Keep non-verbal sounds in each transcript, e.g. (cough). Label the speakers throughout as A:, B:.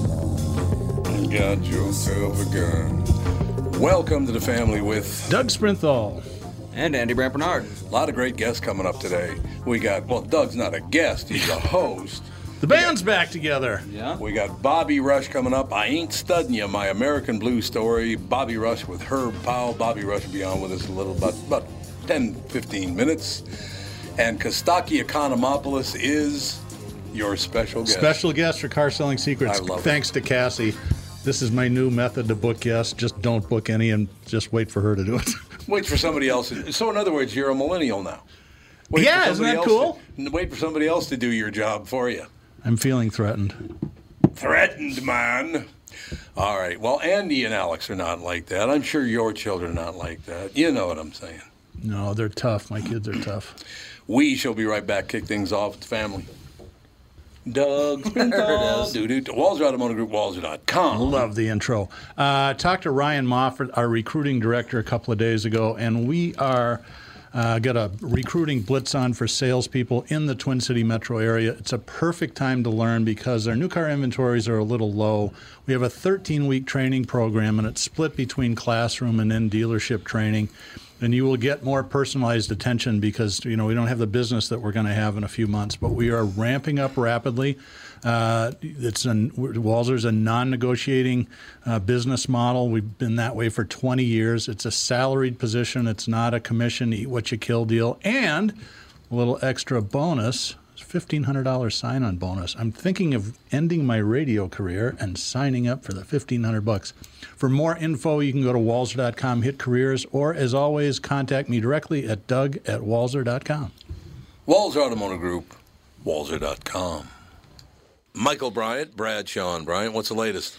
A: You got yourself a gun. Welcome to the family with
B: Doug Sprinthal.
C: And Andy Brant Bernard.
A: a lot of great guests coming up today. We got, well, Doug's not a guest, he's a host.
B: The band's back together.
C: Yeah.
A: We got Bobby Rush coming up. I ain't studying you, my American Blue story. Bobby Rush with Herb Powell. Bobby Rush will be on with us a little, about, about 10, 15 minutes. And Kostaki Economopoulos is your special guest.
B: Special guest for Car Selling Secrets.
A: I love it.
B: Thanks to Cassie. This is my new method to book guests. Just don't book any and just wait for her to do it. (laughs)
A: Wait for somebody else. So, in other words, you're a millennial now. Wait
B: Yeah,
A: for
B: isn't
A: somebody
B: that
A: else to- wait for somebody else to do your job for you.
B: I'm feeling threatened.
A: Threatened man. All right. Well, Andy and Alex are not like that. I'm sure your children are not like that. You know what I'm saying.
B: No, they're tough. My kids are tough.
A: We shall be right back. Kick things off with the family. Doug Sprinthal. doo-doo. Walzer Automotive Group, Walzer.com.
B: Love the intro. Uh, talked to Ryan Moffat, our recruiting director, a couple of days ago, and we are uh, got a recruiting blitz on for salespeople in the Twin City metro area. It's a perfect time to learn because our new car inventories are a little low. We have a 13 week training program, and it's split between classroom and then dealership training. And you will get more personalized attention because you know we don't have the business that we're going to have in a few months, but we are ramping up rapidly. Uh, it's an Walzer's a non-negotiating uh, business model. We've been that way for 20 years. It's a salaried position. It's not a commission eat what you kill deal. And a little extra bonus, $1,500 sign-on bonus. I'm thinking of ending my radio career and signing up for the 1,500 bucks. For more info, you can go to walzer.com, hit careers, or as always, contact me directly at doug at walzer.com.
A: Walzer Automotive Group, Walzer.com. Michael Bryant, Brad Sean Bryant, what's the latest?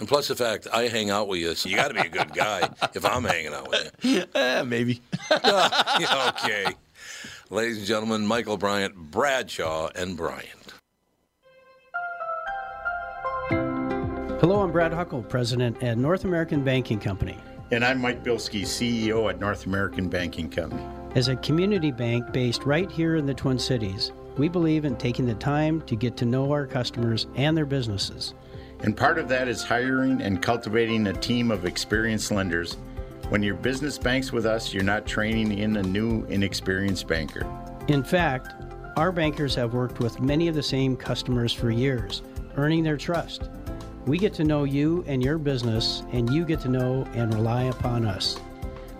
A: And plus the fact I hang out with you, so you got to be a good guy if I'm hanging out with you. (laughs)
D: Eh, maybe.
A: okay. Ladies and gentlemen, Michael Bryant, Bradshaw, and Bryant.
E: Hello, I'm Brad Huckle, president at North American Banking Company.
F: And I'm Mike Bilski, CEO at North American Banking Company.
E: As a community bank based right here in the Twin Cities, we believe in taking the time to get to know our customers and their businesses.
F: And part of that is hiring and cultivating a team of experienced lenders. When your business banks with us, you're not training in a new, inexperienced banker.
E: In fact, our bankers have worked with many of the same customers for years, earning their trust. We get to know you and your business, and you get to know and rely upon us.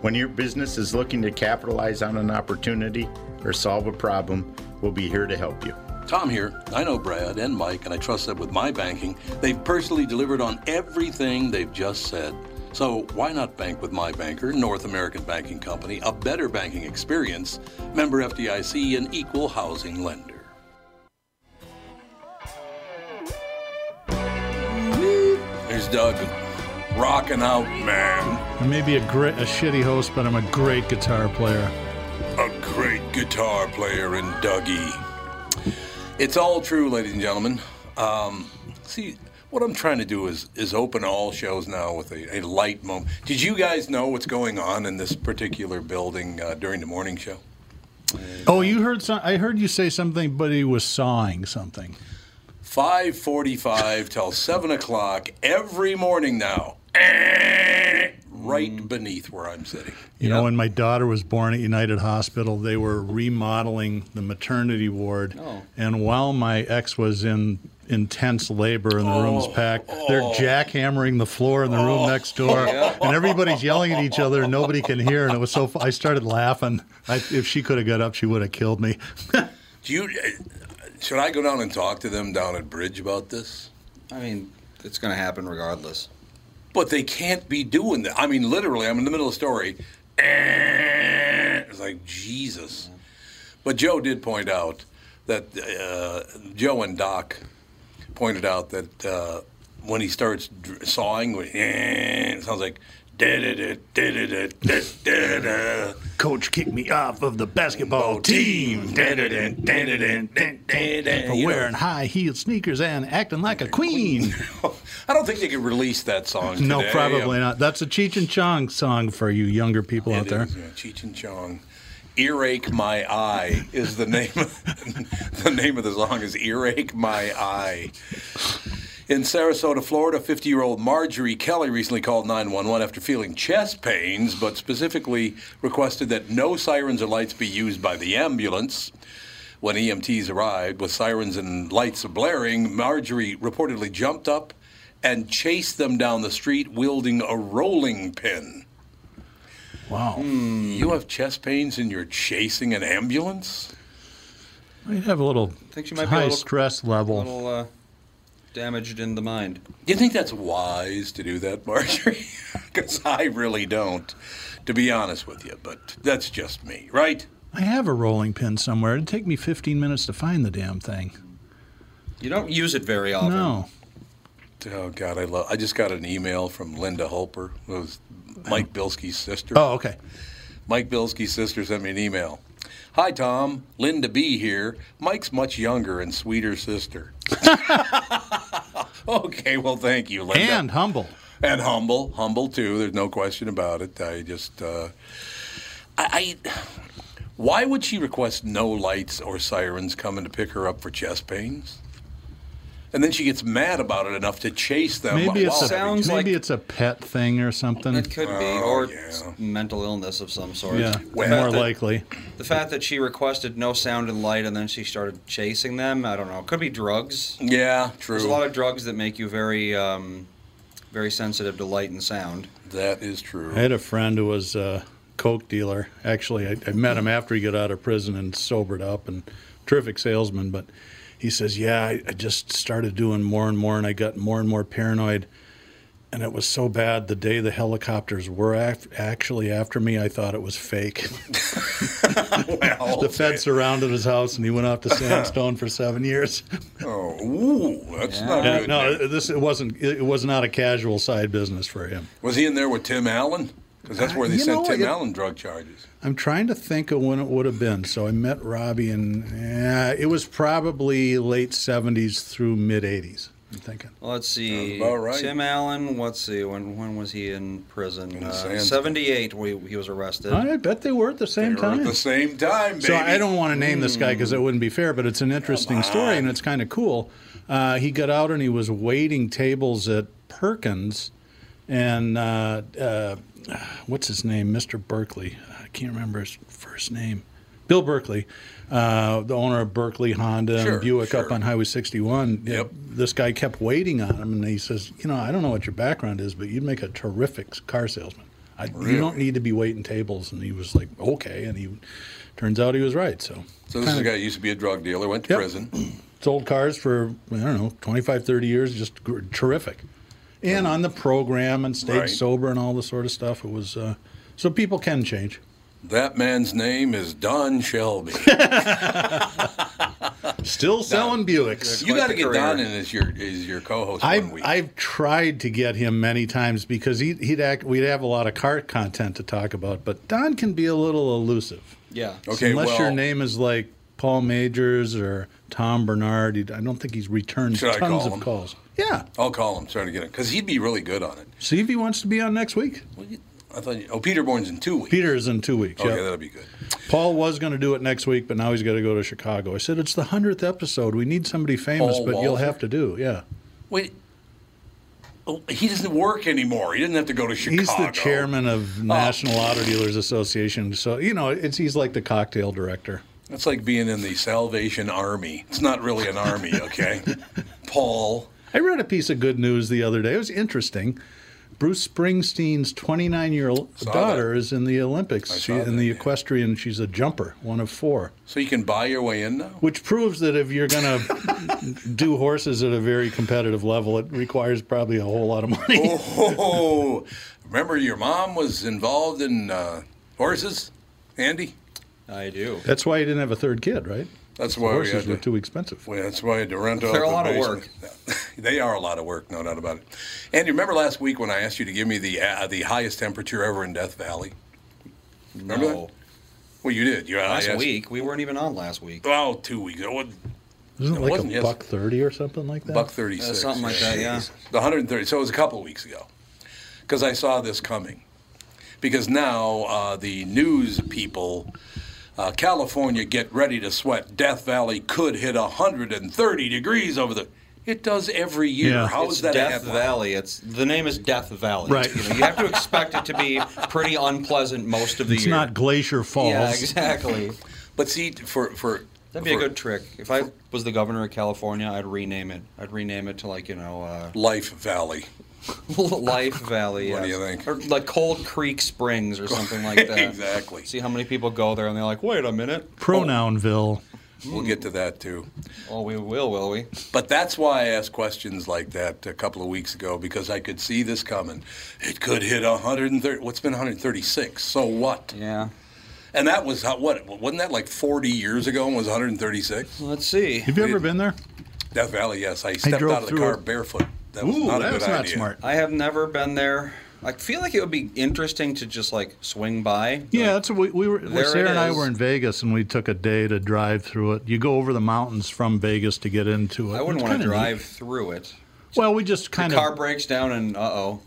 F: When your business is looking to capitalize on an opportunity or solve a problem, we'll be here to help you.
A: Tom here. I know Brad and Mike, and I trust that with my banking, they've personally delivered on everything they've just said. So why not bank with my banker, North American Banking Company, a better banking experience, member FDIC, and equal housing lender. There's Doug rocking out, man.
B: I may be a, great, a shitty host, but I'm a great guitar player.
A: A great guitar player in Dougie. It's all true, ladies and gentlemen. Um, see, what I'm trying to do is is open all shows now with a, a light moment. Did you guys know what's going on in this particular building uh, during the morning show?
B: Oh, you heard some, I heard you say something, but he was sawing something.
A: 5:45 till 7 o'clock every morning now. Eh, Right beneath where I'm sitting.
B: You know, when my daughter was born at United Hospital, they were remodeling the maternity ward. And while my ex was in intense labor and the room's packed, they're jackhammering the floor in the room next door. And everybody's yelling at each other and nobody can hear. And it was so fu- I started laughing. I, if she could have got up, she would have killed me. (laughs)
A: Do you uh, should I go down and talk to them down at Bridge about this?
C: I mean, it's going to happen regardless.
A: But they can't be doing that. I mean, literally, I'm in the middle of the story. It's like Jesus. But Joe did point out that uh, Joe and Doc pointed out that uh, when he starts dr- sawing, when- it sounds like. da-da-da, da-da-da, da-da-da.
B: Coach kicked me off of the basketball Oh, team
A: Da-da-da, da-da-da, da-da-da,
B: for
A: you know.
B: wearing high heeled sneakers and acting like a queen.
A: (laughs) I don't think they could release that song.
B: No,
A: today.
B: probably not. That's a Cheech and Chong song for you younger people out
A: It
B: there.
A: is, yeah, Cheech and Chong. Earache My Eye is the name of (laughs) the name of the song is Earache My Eye. In Sarasota, Florida, 50 year old Marjorie Kelly recently called 911 after feeling chest pains, but specifically requested that no sirens or lights be used by the ambulance. When EMTs arrived with sirens and lights blaring, Marjorie reportedly jumped up and chased them down the street wielding a rolling pin.
B: Wow.
A: You have chest pains and you're chasing an ambulance?
B: I have a little
C: think she might be a
B: high
C: little-
B: stress level.
C: A little uh, damaged in the mind.
A: Do you think that's wise to do that, (laughs) Marjorie? Because I really don't, to be honest with you, but that's just me, right?
B: I have a rolling pin somewhere. It'd take me 15 minutes to find the damn thing.
C: You don't use it very often.
B: No.
A: Oh, God, I love I just got an email from Linda Hulper, who was Mike Bilski's sister.
B: Oh, okay.
A: Mike Bilski's sister sent me an email. Hi, Tom. Linda B here. Mike's much younger and sweeter sister. (laughs) okay, well, thank you, Linda.
B: And
C: uh,
B: humble.
A: and humble, humble too. There's no question about it. I just, uh, I, I, why would she request no lights or sirens coming to pick her up for chest pains? And then she gets mad about it enough to chase them.
B: Maybe it's
A: while
B: a
C: Sounds
B: maybe
C: like-
B: it's a pet thing or something.
C: It could be,
A: Oh,
C: or
A: yeah.
C: s- mental illness of some sort.
B: Yeah,
C: The
A: Well,
B: more
C: fact that-
B: likely.
C: The fact that she requested no sound and light and then she started chasing them, I don't know. Could be drugs.
A: yeah, true.
C: There's a lot of drugs that make you very, um, very sensitive to light and sound.
A: that is true.
B: I had a friend who was a coke dealer. Actually, I, I met him after he got out of prison and sobered up, and terrific salesman. But he says, "Yeah, I, I just started doing more and more, and I got more and more paranoid." And it was so bad the day the helicopters were af- actually after me, I thought it was fake.
A: (laughs)
B: (laughs)
A: well,
B: the feds surrounded his house, and he went off to Sandstone for seven years.
A: oh, ooh, that's not
B: Yeah,
A: good.
B: no,
A: man.
B: this it wasn't. It it was not a casual side business for him.
A: Was he in there with Tim Allen? Because that's where they
B: Uh, You
A: sent
B: know,
A: Tim
B: it-
A: Allen drug charges.
B: I'm trying to think of when it would have been. So I met Robbie, and eh, it was probably late '70s through mid '80s. I'm thinking.
A: Oh,
C: Let's see.
A: Sounds about right.
C: Tim Allen. Let's see. When when was he in prison?
A: the
C: uh,
A: sands.
C: Seventy-eight. We, he was arrested.
B: I bet they were at the
A: They
B: same
A: were at
B: time.
A: the same time, baby. Hmm.
B: So I don't want to name this guy because it wouldn't be fair, but it's an interesting story and it's kind of cool. Uh, he got out and he was waiting tables at Perkins, and uh, uh, what's his name, Mr. Berkeley? I can't remember his first name. Bill Berkeley, uh, the owner of Berkeley Honda
A: Sure,
B: and Buick up
A: sure.
B: on Highway 61.
A: Yep.
B: This guy kept waiting on him, and he says, "You know, I don't know what your background is, but you'd make a terrific car salesman." I,
A: Really?
B: You don't need to be waiting tables. And he was like, okay. And he turns out he was right. So
A: So this is a guy who used to be a drug dealer, went to
B: Yep.
A: prison.
B: sold cars for, I don't know, 25, 30 years, just gr- terrific. And on the program and stayed
A: Right.
B: sober and all this sort of stuff. It was, uh, so people can change.
A: That man's name is Don
B: (laughs)
A: Shelby.
B: Still selling Buicks.
A: you
C: Quite
A: got to
C: the
A: get
C: career.
A: Don in as your as your co-host one
B: I've,
A: week.
B: I've tried to get him many times because he, he'd act, we'd have a lot of car content to talk about, but Don can be a little elusive.
C: Yeah.
A: okay,
B: Unless
A: well,
B: your name is like Paul Majors or Tom Bernard, he- I don't think he's returned
A: Should I
B: tons
A: call
B: of
A: him?
B: calls. Yeah.
A: I'll call him. Sorry to get him because he'd be really good on it.
B: See if he wants to be on next week.
A: Well, you- I thought. You, oh, Peter Bourne's in two weeks.
B: Peter is in two weeks.
A: Okay,
B: yeah.
A: that'll be good.
B: Paul was going to do it next week, but now he's got to go to Chicago. I said it's the hundredth episode. We need somebody famous,
A: Paul
B: but you'll
A: Walter?
B: have to do. Yeah,
A: Wait. Oh, he doesn't work anymore. He doesn't have to go to Chicago. Oh.
B: he's the chairman of National Auto Dealers Association, so you know it's he's like the cocktail director.
A: That's like being in the Salvation Army. It's not really an army,
B: (laughs)
A: okay? Paul.
B: I read a piece of good news the other day. It was interesting. Bruce Springsteen's 29 year old
A: Saw
B: daughter
A: that.
B: is in the Olympics. She,
A: saw
B: in
A: that,
B: the
A: yeah.
B: equestrian, she's a jumper, one of four,
A: So you can buy your way in
B: (laughs)
A: now?
B: which proves that if you're
A: (laughs)
B: going to do horses at a very competitive level, it requires probably a whole lot of money.
A: Oh, remember your mom was involved in uh, horses, Andy?
C: I do.
B: That's why he didn't have a third kid, right?
A: That's why we
B: horses
A: had
B: were
A: to,
B: too expensive.
A: well, That's why I had to rent out
C: They're a
A: the
C: lot of
A: basement. (laughs) they are a lot of work, no doubt about it. Andy, remember last week when I asked you to give me the uh, the highest temperature ever in Death Valley? Remember Ah,
C: no.
A: that? Well, you did. You, I
C: Last
A: asked-
C: week. We weren't even on last week.
A: Oh, two weeks. Oh,
B: Isn't it
A: it
B: like a
A: wasn't, yes.
B: buck thirty or something like that?
A: Buck 36.
C: Uh, something like that, yeah.
A: The 130. So it was a couple weeks ago because I saw this coming. Because now uh, the news people, uh, California, get ready to sweat. Death Valley could hit 130 degrees over the. It does every year.
B: Yeah.
A: How is
C: It's
A: that a
C: Death
A: headline?
C: Valley. It's the name is Death Valley.
B: Right.
C: You, know, you have to expect it to be pretty unpleasant most of the
B: It's
C: year.
B: not Glacier Falls.
C: Yeah, exactly.
A: But see, for for
C: That'd be a
A: for
C: good trick. If I was the governor of California, I'd rename it. I'd rename it to like you know, uh, (laughs)
A: Life Valley.
C: Life Valley.
A: What do
C: yes.
A: you think?
C: Or like Cold Creek Springs or something
A: (laughs)
C: like that.
A: Exactly.
C: See how many people go there and they're like, wait a minute.
B: Pronounville.
A: We'll get to that too.
C: Oh, we will, will we?
A: But that's why I asked questions like that a couple of weeks ago because I could see this coming. It could hit 130. What's been 136? So what?
C: Yeah.
A: And that was how, what? Wasn't that like 40 years ago and was 136?
C: Let's see.
B: Have you ever been there?
A: Death Valley, yes. I stepped
B: drove
A: out of the
B: through
A: car
B: it.
A: barefoot. That was not a good
B: that's not
A: idea.
B: smart.
C: I have never been there. I feel like it would be interesting to just like swing by.
B: Yeah, that's we, we were.
C: There
B: Sarah
C: it
B: and I
C: is.
B: were in Vegas, and we took a day to drive through it. You go over the mountains from Vegas to get into it.
C: I wouldn't
B: It's
C: want to
B: kinda neat.
C: drive through it.
B: Well, we just
C: The
B: kind
C: car
B: of.
C: breaks down and uh oh.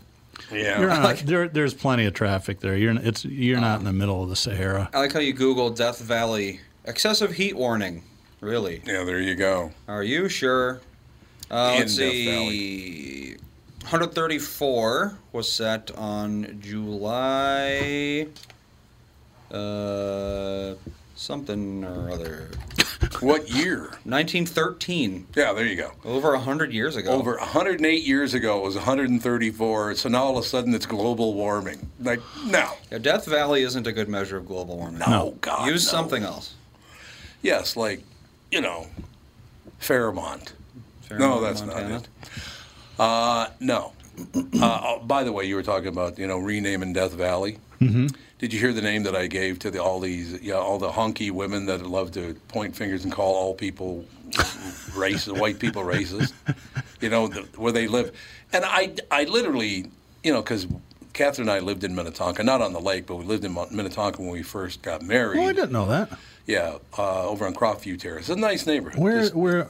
A: Yeah.
B: You're on a, there, there's plenty of traffic there. You're n- it's you're not in the middle of the Sahara.
C: I like how you Google Death Valley excessive heat warning. Really?
A: yeah, there you go.
C: Are you sure? Uh,
A: In
C: let's
A: Death
C: see. 134 was set on July uh, something or other.
A: What year?
C: 1913.
A: Yeah, there you go.
C: Over 100 years ago.
A: Over 108 years ago, it was 134. So now all of a sudden it's global warming. Like, no.
C: Yeah, Death Valley isn't a good measure of global warming.
A: No, God.
C: Use
A: no.
C: something else.
A: Yes, like, you know, Fairmont. no,
C: Fairmont,
A: that's
C: Montana.
A: not it. Uh, no. (clears throat) Uh, oh, by the way, you were talking about you know renaming Death Valley. Mm-hmm. Did you hear the name that I gave to the, all these yeah all the honky women that love to point fingers and call all people (laughs) racist, white people
B: (laughs)
A: racist? You know the, where they live, and I I literally you know because Catherine and I lived in Minnetonka, not on the lake, but we lived in Mon- Minnetonka when we first got married.
B: Well, Oh, I didn't know that.
A: Yeah, uh, over on Croftview Terrace, it's a nice neighborhood.
B: Where
A: Just-
B: where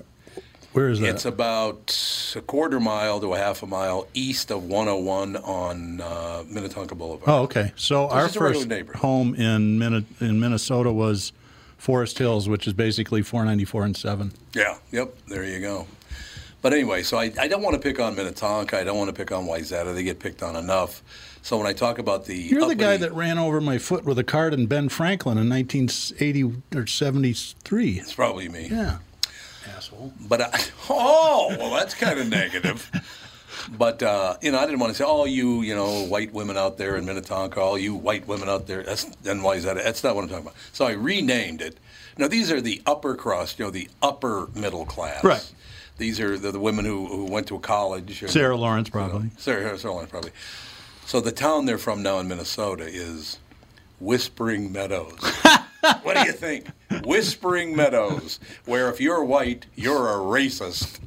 B: where is that?
A: it's about a quarter mile to a half a mile east of 101 on uh, Minnetonka Boulevard.
B: Oh, okay. So our
A: just a regular
B: first
A: neighborhood.
B: home in Minne- in Minnesota was Forest Hills, which is basically 494 and 7.
A: Yeah, yep, there you go. But anyway, so I, I don't want to pick on Minnetonka. I don't want to pick on Wayzata. They get picked on enough. So when I talk about the.
B: You're the guy
A: uppity-
B: that ran over my foot with a card in Ben Franklin in 1980 or 73.
A: It's probably me.
B: Yeah. Asshole.
A: uh, (laughs) But I, oh, well, that's kind of negative. But uh, you know, I didn't want to say, "Oh, you, you know, white women out there in Minnetonka, all you white women out there." That's then why is that? That's not what I'm talking about. So I renamed it. Now these are the upper crust, you know, the upper middle class.
B: Right.
A: These are the, the women who, who went to college. and-
B: Sarah Lawrence, probably.
A: Sarah, Sarah Lawrence, probably. So the town they're from now in Minnesota is Whispering
B: (laughs)
A: Meadows. what do you think? Whispering Meadows, where if you're white, you're a
B: (laughs)
A: racist.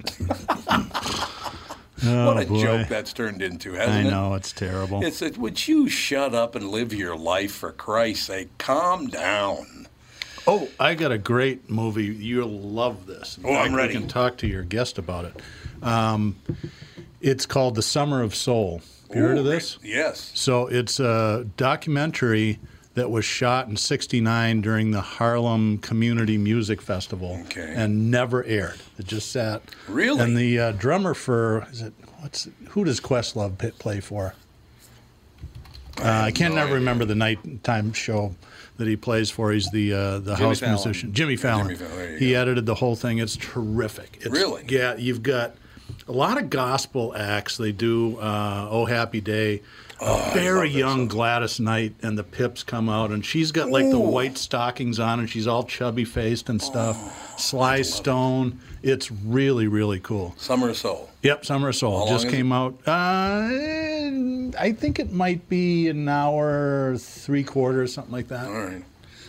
A: what a
B: Oh, boy.
A: joke that's turned into, hasn't
B: I
A: it?
B: know it's terrible.
A: It's it, would you shut up and live your life for Christ's sake? Calm down.
B: Oh, I got a great movie. You'll love this. In
A: Oh, I'm ready.
B: We can talk to your guest about it. Um, it's called The Summer of Soul. Have you heard of
A: Ooh,
B: this?
A: Yes.
B: So it's a documentary that was shot in '69 during the Harlem Community Music Festival
A: Okay.
B: and never aired. It just sat.
A: Really?
B: And the uh, drummer for is it what's who does Questlove p- play for? Uh, I can't never remember the nighttime show that he plays for. He's the uh, the house
C: Fallon.
B: musician, Jimmy Fallon.
A: Jimmy Fallon, there you
B: he
A: go.
B: edited the whole thing. It's terrific. It's,
A: Really?
B: Yeah, you've got a lot of gospel acts. They do uh, "Oh Happy Day." A very young Gladys Knight and the Pips come out, and she's got like the white stockings on, and she's all chubby faced and stuff.
A: Oh,
B: Sly Stone. It's really really cool.
A: Summer of Soul.
B: Yep, Summer of Soul
A: long
B: just
A: is
B: came out. Uh, I think it might be an hour three quarters, something like that.
A: All right.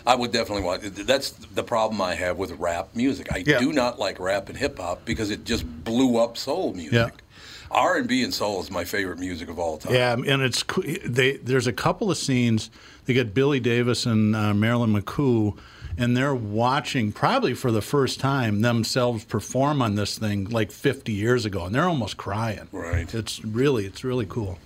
A: I would definitely watch. That's the problem I have with rap music. I
B: Yeah.
A: do not like rap and hip hop because it just blew up soul music.
B: Yeah.
A: R and B and soul is my favorite music of all time.
B: Yeah, um, and it's co- they. There's a couple of scenes. They got Billy Davis and uh, Marilyn McCoo, and they're watching probably for the first time themselves perform on this thing like 50 years ago, and they're almost crying.
A: Right.
B: It's really, it's really cool.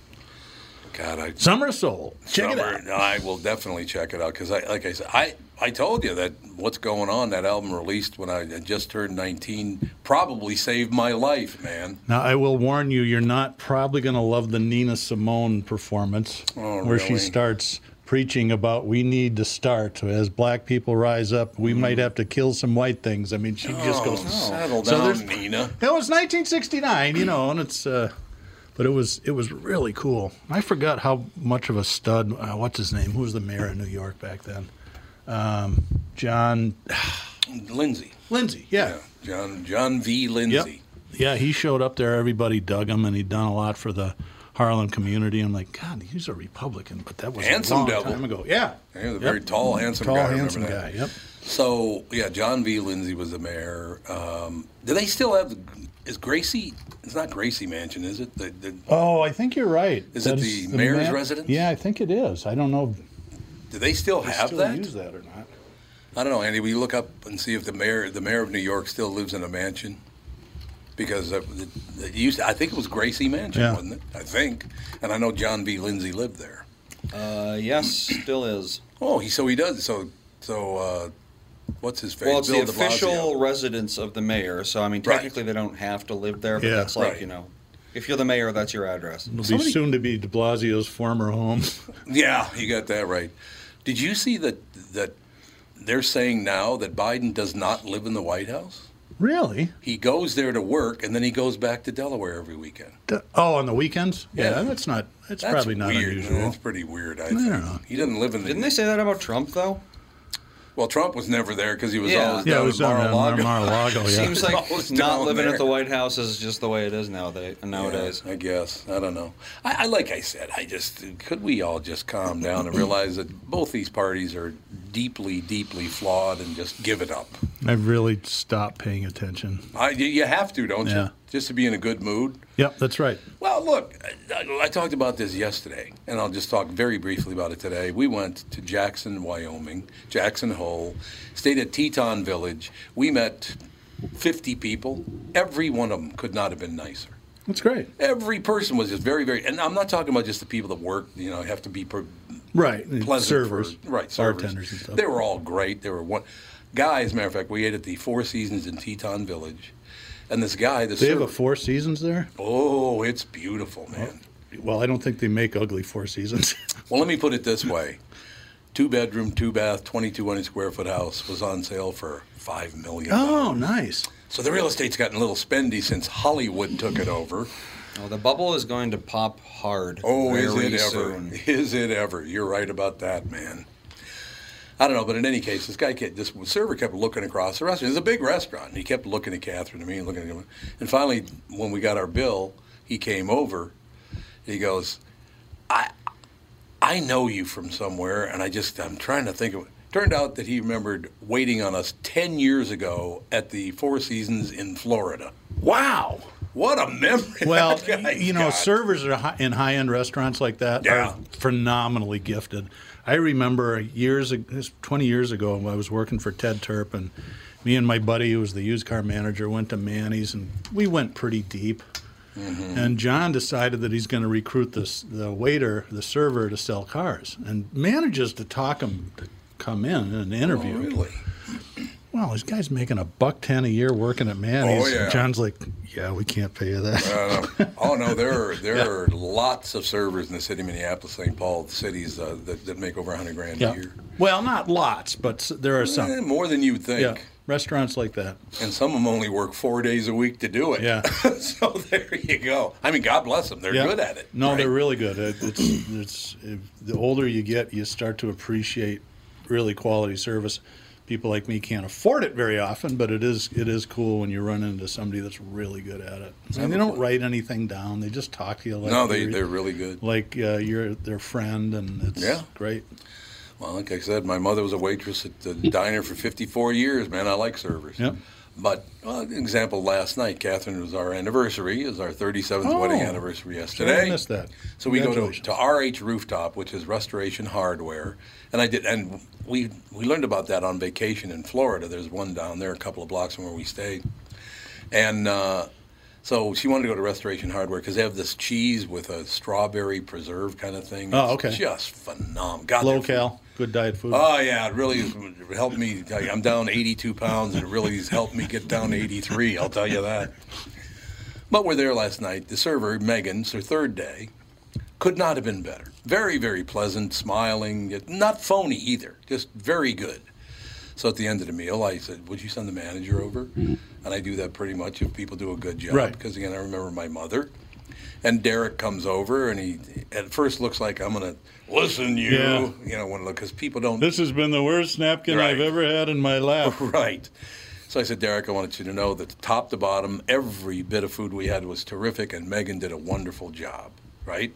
A: God, I
B: Summer Soul. Check it
A: Summer,
B: out.
A: I will definitely check it out because, I, like I said, I, I told you that what's going on. That album released when I had just turned 19 probably saved my life, man.
B: Now I will warn you, you're not probably going to love the Nina Simone performance,
A: Oh,
B: where she
A: really?
B: starts preaching about we need to start as black people rise up.
A: Mm.
B: We might have to kill some white things. I mean, she
A: Oh,
B: just goes.
A: Settle
B: So
A: down,
B: there's-
A: Nina.
B: It was 1969, you know, and it's. Uh, but it was it was really cool. I forgot how much of a stud. Uh, what's his name? Who was the mayor of New York back then? Um, John
A: Lindsay.
B: Lindsay. Yeah.
A: Yeah. John John V.
B: Yep.
A: Lindsay.
B: Yeah, he showed up there. Everybody dug him, and he'd done a lot for the Harlem community. I'm like, God, he's a Republican, but that was
A: Handsome
B: a long
A: devil.
B: time ago. Yeah.
A: Yeah, the
B: Yep.
A: very tall, handsome
B: Tall,
A: guy. I remember
B: handsome
A: that.
B: guy. Yep.
A: So yeah, John V. Lindsay was the mayor. Um, do they still have? Is Gracie? It's not Gracie Mansion, is it? The, the,
B: Oh, I think you're right.
A: Is it
B: That
A: the mayor's residence?
B: Yeah, I think it is. I don't know
A: do they still
B: if they
A: have
B: still
A: that?
B: use that or not.
A: I don't know, Andy. Will you look up and see if the mayor, the mayor of New York, still lives in a mansion? Because uh, it, it used, I think it was Gracie Mansion,
B: Yeah.
A: wasn't it? I think, and I know John V. Lindsay lived there.
C: Uh, yes,
A: (clears throat)
C: still is.
A: Oh, he so he does. So so, uh, what's his face?
C: Well, it's
A: Bill
C: the
A: de Blasio.
C: official residence of the mayor, so I mean,
A: Right.
C: technically they don't have to live there, but
B: Yeah.
C: that's like
A: Right.
C: you know, if you're the mayor, that's your address.
B: It'll be soon to be De Blasio's former
A: (laughs)
B: home.
A: Yeah, you got that right. Did you see that that they're saying now that Biden does not live in the White House?
B: really?
A: He goes there to work and then he goes back to Delaware every weekend.
B: D- Oh, on the weekends? Yeah,
A: Yeah.
B: that's not. It's
A: That's
B: probably not
A: weird.
B: unusual.
A: That's pretty weird. I, think.
B: don't know.
A: He doesn't live in the.
C: Didn't they say that about Trump though?
A: Well, Trump was never there because he was
C: Yeah.
A: always
B: yeah,
A: down
B: it was
A: at
B: on uh,
A: Mar-a-Lago.
B: Mar-a-Lago.
A: (laughs)
B: Yeah.
C: Seems like
A: Always
C: not
A: down
C: living
A: there.
C: at the White House is just the way it is nowadays. Nowadays,
A: Yeah, I guess. I don't know. I, I like I said. I just could we all just calm down and realize that both these parties are deeply, deeply flawed and just give it up.
B: I really stopped paying attention.
A: I, you you have to, don't
B: Yeah.
A: you? Just to be in a good mood.
B: Yep, that's right.
A: Well, look, I, I talked about this yesterday, and I'll just talk very briefly about it today. We went to Jackson, Wyoming, Jackson Hole, stayed at Teton Village. We met 50 people. Every one of them could not have been nicer.
B: That's great.
A: Every person was just very, very, and I'm not talking about just the people that work, you know, have to be per,
B: Right.
A: pleasant.
B: Servers.
A: for- right, servers.
B: Bartenders and stuff.
A: They were all great. They were one. Guy, as a matter of fact, we ate at the Four Seasons in Teton Village, and this guy, the
B: They have
A: server,
B: a Four Seasons there?
A: oh, it's beautiful, man.
B: Well, I don't think they make ugly Four Seasons. (laughs)
A: Well, let me put it this way: two bedroom, two bath, twenty two hundred square foot house was on sale for five million.
B: oh, nice.
A: So the real estate's gotten a little spendy since Hollywood took it over.
C: Well, the bubble is going to pop hard.
A: Oh, is
C: very
A: it ever?
C: soon.
A: (laughs) Is it ever? You're right about that, man. I don't know, but in any case, this guy kept, this server kept looking across the restaurant. It's a big restaurant, and he kept looking at Catherine and me, and looking at him. And finally, when we got our bill, he came over. And he goes, "I, I know you from somewhere, and I just I'm trying to think of." it. Turned out that he remembered waiting on us ten years ago at the Four Seasons in Florida.
D: Wow.
A: What a memory!
B: (laughs) Well,
A: that (laughs) guy's
B: you know,
A: got.
B: servers are hi- in high-end restaurants like that
A: Yeah.
B: are phenomenally gifted. I remember years, ag- this- 20 years ago, I was working for Ted Turp, and me and my buddy, who was the used car manager, went to Manny's, and we went pretty deep.
A: Mm-hmm.
B: And John decided that he's going to recruit this the waiter, the server, to sell cars, and manages to talk him to come in and interview.
A: Oh, really.
B: Wow, this guy's making a buck ten a year working at Manny's.
A: Oh, yeah.
B: John's like, yeah, we can't pay you that.
A: Oh no, there are there are lots of servers in the city of Minneapolis, St. Paul, the cities uh, that, that make over 100 grand
B: Yeah.
A: a year,
B: Well, not lots, but s- there are
A: Eh,
B: some.
A: more than you would think.
B: Yeah, restaurants like that.
A: And some of them only work four days a week to do it. (laughs)
B: Yeah.
A: so there you go. I mean, God bless them; they're
B: Yeah.
A: good at it.
B: No,
A: right?
B: they're really good. It, it's (clears throat) it's if the older you get, you start to appreciate really quality service. People like me can't afford it very often, but it is it is cool when you run into somebody that's really good at it. And they don't write anything down; they just talk to you like
A: no, they
B: you're-
A: they're really good.
B: like uh, you're their friend, and it's
A: Yeah.
B: great.
A: Well, like I said, my mother was a waitress at the diner for 54 years. Man, I like servers.
B: Yep.
A: But well, an example last night, Catherine was our anniversary, is our 37th wedding
B: Oh.
A: anniversary
B: Sorry
A: yesterday.
B: I missed that.
A: So we go to,
B: Congratulations.
A: to RH Rooftop, which is Restoration Hardware, and I did, and we we learned about that on vacation in Florida. There's one down there, a couple of blocks from where we stayed, and uh, so she wanted to go to Restoration Hardware because they have this cheese with a strawberry preserve kind of thing.
B: Oh,
A: It's
B: okay.
A: just phenomenal. God,
B: Low
A: their food-
B: cal, good diet food.
A: Oh yeah, it really has helped me. Tell you, I'm down 82 pounds, and it really has helped me get down to 83. I'll tell you that. But we're there last night. The server, Megan's, her third day, could not have been better. Very, very pleasant, smiling, yet not phony either. Just very good. So at the end of the meal, I said, "Would you send the manager over?" And I do that pretty much if people do a good job.
B: Right.
A: Because again, I remember my mother. And Derek comes over, and he at first looks like I'm gonna listen you,
B: Yeah.
A: you know, one because people don't (laughs)
B: This has been the worst napkin
A: Right.
B: I've ever had in my
A: (laughs)
B: life.
A: Right. So I said, Derek, I wanted you to know that top to bottom, every bit of food we had was terrific, and Megan did a wonderful job, right?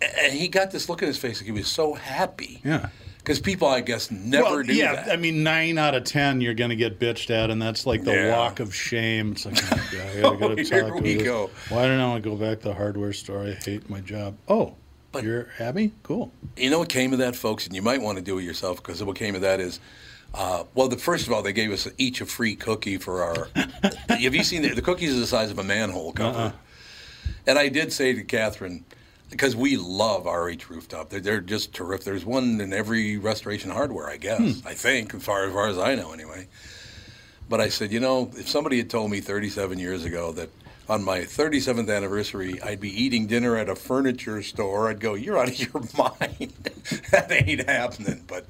A: A- And he got this look in his face like he was so happy.
B: Yeah.
A: Because people, I guess, never
B: well,
A: do
B: yeah,
A: that.
B: I mean, nine out of ten, you're going to get bitched at, and that's like the
A: Yeah.
B: walk of shame. It's like, oh,
A: (laughs)
B: yeah, I gotta go
A: Oh,
B: to
A: here
B: talk to
A: we
B: this.
A: go.
B: Why don't I want to go back to the hardware store? I hate my job. Oh,
A: But-
B: you're happy? Cool.
A: you know what came of that, folks, and you might want to do it yourself because what came of that is, uh, well, the first of all, they gave us each a free cookie for
B: (laughs)
A: our. have you seen the, the cookies are the size of a manhole cover?
B: Uh-uh.
A: And I did say to Catherine, because we love RH Rooftop, they're, they're just terrific. There's one in every restoration hardware, I guess.
B: Hmm.
A: I think, as far, as far as I know, anyway. But I said, you know, if somebody had told me 37 years ago that on my 37th anniversary I'd be eating dinner at a furniture store, I'd go, you're out of your (laughs) mind. that ain't happening. But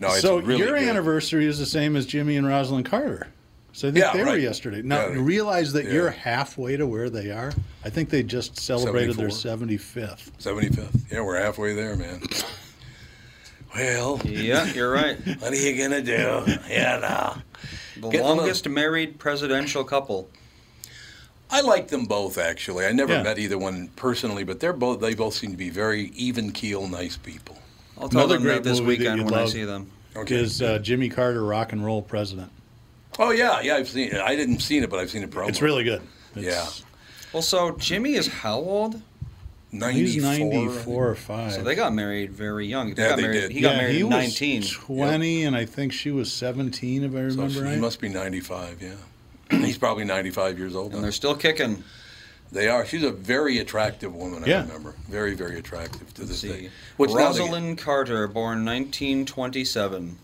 A: no, Oh, it's
B: so
A: really
B: your
A: good.
B: anniversary is the same as Jimmy and Rosalind Carter. So I think
A: Yeah,
B: they were
A: right.
B: yesterday. Now
A: Yeah.
B: realize that
A: Yeah.
B: you're halfway to where they are. I think they just celebrated their 75th.
A: 75th. Yeah, we're halfway there,
B: (laughs)
A: man. Well,
C: Yeah,
A: (laughs)
C: you're right.
A: what are you gonna do? Yeah, no.
C: The
A: Get along.
C: longest married presidential couple.
A: I like them both actually. I never
B: Yeah.
A: met either one personally, but they're both they both seem to be very even keel, nice people.
C: I'll tell
B: Another
C: them
B: great
C: that this
B: movie that
C: weekend
B: you'd
C: when I
B: love.
C: see them.
B: Is uh, Jimmy Carter rock and roll president?
A: Oh yeah, yeah, I've seen it. I didn't seen it, but I've seen it
C: Oh
A: promo.
B: It's really good. It's,
A: yeah.
C: Also, Jimmy is how old?
B: He's
A: 94.
B: 94 or 5.
C: So they got married very young. They
A: Yeah,
C: got
A: they
C: married,
A: did.
C: He got married
B: he
C: at
B: was
C: 19.
B: 20, and I think she was 17, if I
A: So
B: remember
A: she-
B: right.
A: he must be 95, yeah. (clears throat) He's probably 95 years old.
C: And
A: now.
C: they're still kicking.
A: They are. She's a very attractive woman, I
B: Yeah.
A: remember. Very, very attractive to this day.
C: See,
A: Which now they-
C: Rosalind Carter, born 1927,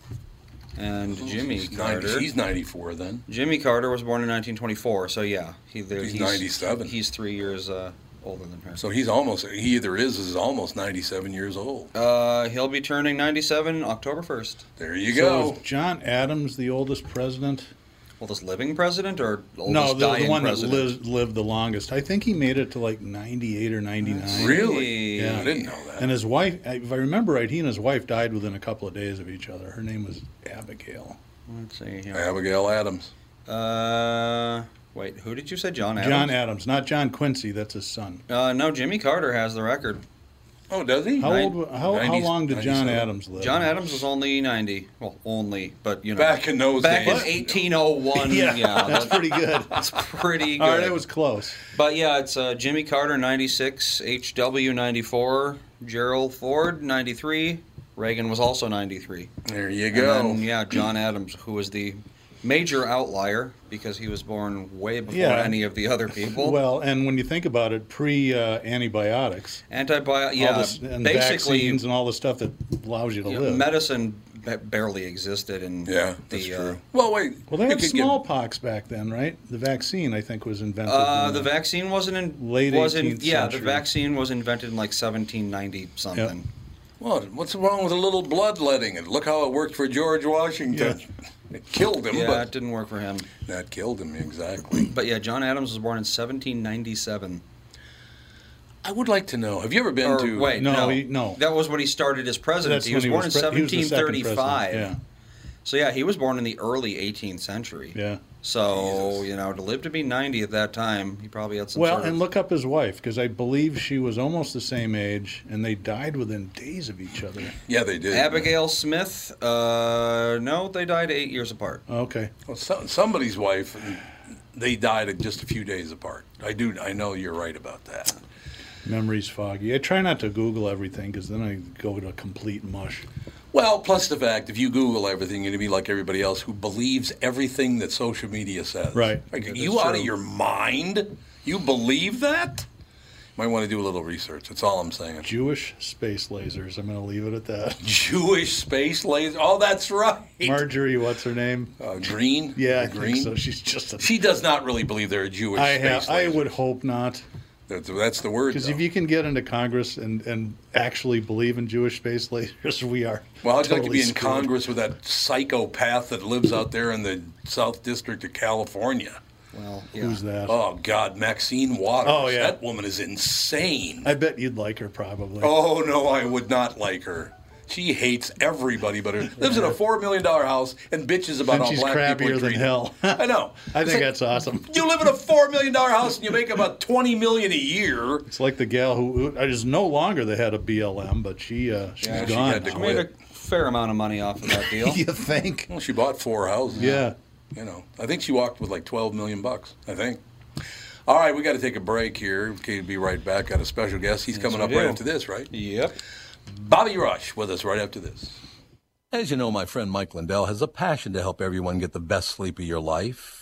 C: and Jimmy
A: she's 90
C: Carter.
A: She's 94 then.
C: Jimmy Carter was born in 1924, so yeah, he, there-
A: He's 97.
C: He's three years uh, older than her.
A: So he's almost, he either is or is almost 97 years old.
C: uh, he'll be turning 97 October 1st.
A: There you
B: so
A: go.
B: is John Adams the oldest president?
C: oldest living president or oldest
B: No, the,
C: dying
B: the one
C: president?
B: that lived, lived the longest. I think he made it to like 98 or 99.
G: Really?
B: Yeah.
G: I didn't know that.
B: And his wife, if I remember right, he and his wife died within a couple of days of each other. Her name was Abigail.
C: Let's see here.
G: Abigail Adams.
C: Uh, wait, who did you say? John Adams.
B: John Adams, not John Quincy. That's his son.
C: Uh, no, Jimmy Carter has the record.
G: Oh, does he?
B: How
C: Nin-
B: old? wa- How, how
G: 90s
B: long did John
G: 97.
B: Adams live?
C: John Adams was only 90. Well, only, but you know.
G: Back in those
C: back
G: days.
C: in
B: (laughs)
C: 1801.
B: Yeah,
C: yeah,
B: that's pretty good.
C: (laughs) That's pretty good.
B: All right, it was close.
C: But yeah, it's uh, Jimmy Carter 96, H.W. 94, Gerald Ford 93, Reagan was also 93.
G: There you
C: And
G: go.
C: then, yeah, John Adams, who was the major outlier because he was born way before
B: Yeah.
C: any of the other people.
B: Well, and when you think about it, pre uh, antibiotics,
C: Antibiotics,
B: all
C: yeah,
B: this, and
C: basically,
B: vaccines and all the stuff that allows you to
C: you know,
B: live.
C: medicine ba- barely existed in
G: yeah,
C: the
G: that's
C: uh,
G: true. Well, wait.
B: well, they
G: you
B: had
G: could get-
B: smallpox back then, right? The vaccine, I think, was invented.
C: Uh,
B: in
C: the vaccine wasn't in
B: Late 18th
C: wasn't yeah
B: century.
C: the vaccine was invented in like 1790 something.
G: What? What's wrong with a little bloodletting? And look how it worked for George Washington. It killed him,
C: Yeah, it
G: but
C: didn't work for him.
G: that killed him exactly.
C: But yeah, John Adams was born in 1797.
G: I would like to know. Have you ever been
C: Or
G: to?
C: wait,
B: No,
C: no,
B: he- no.
C: that was when he started his
B: That's
C: presidency. He
B: when
C: was born in
B: pre- he was the second president,
C: 1735.
B: Yeah,
C: So yeah, he was born in the early 18th century.
B: yeah.
C: So
G: Jesus.
C: you know, to live to be 90 at that time, he probably had some.
B: Well,
C: sort of-
B: and look up his wife because I believe she was almost the same age, and they died within days of each other.
G: Yeah, they did.
C: Abigail Smith. Uh, no, they died eight years apart.
B: Okay,
G: Well, so, somebody's wife. They died at just a few days apart. I do. I know you're right about that.
B: memory's foggy. I try not to Google everything because then I go to complete mush.
G: Well, plus the fact if you Google everything, you'd be like everybody else who believes everything that social media says.
B: Right.
G: Like,
B: That is
G: you out of
B: true.
G: your mind? You believe that? Might want to do a little research. That's all I'm saying.
B: Jewish space lasers. I'm going to leave it at that.
G: Jewish space laser. Oh, that's right.
B: Marjorie, what's her name?
G: Uh, Green.
B: (laughs) Yeah, I
G: Green.
B: think so. She's just a.
G: She does not really believe they're a Jewish
B: I
G: space
B: have. I
G: laser.
B: would hope not.
G: That's, that's the word.
B: Because
G: though.
B: if you can get into Congress and, and actually believe in Jewish space (laughs) lasers, we are.
G: well, I'd like to
B: totally
G: be in
B: screwed.
G: Congress with that psychopath that lives out there in the South District of California.
C: Well, yeah.
B: Who's that?
G: Oh God, Maxine Waters.
B: Oh, yeah.
G: That woman is insane.
B: I bet you'd like her probably.
G: Oh no, I would not like her. She hates everybody but her. Lives in a four million dollar house and bitches about
B: (laughs) and
G: all
B: she's
G: black people.
B: crappier
G: are
B: than
G: treated.
B: hell.
G: I
B: (laughs)
G: know.
B: I
G: It's (laughs) like,
B: think that's awesome.
G: You live in a four million dollar house and you make about twenty million a year.
B: It's like the gal who, who is no longer the head of BLM, but she uh, she's
G: she
B: gone.
G: had to
B: now.
C: She made a
G: quit.
C: fair amount of money off of that deal.
B: you (laughs) think?
G: Well, she bought four houses.
B: Yeah.
G: You know, I think she walked with like 12 million bucks, I think. All right, we got to take a break here. Okay, be right back. Got a special guest. He's coming
C: we
G: up right
C: do.
G: after this, right?
C: Yep.
G: Bobby Rush with us right after this.
A: As you know, my friend Mike Lindell has a passion to help everyone get the best sleep of your life.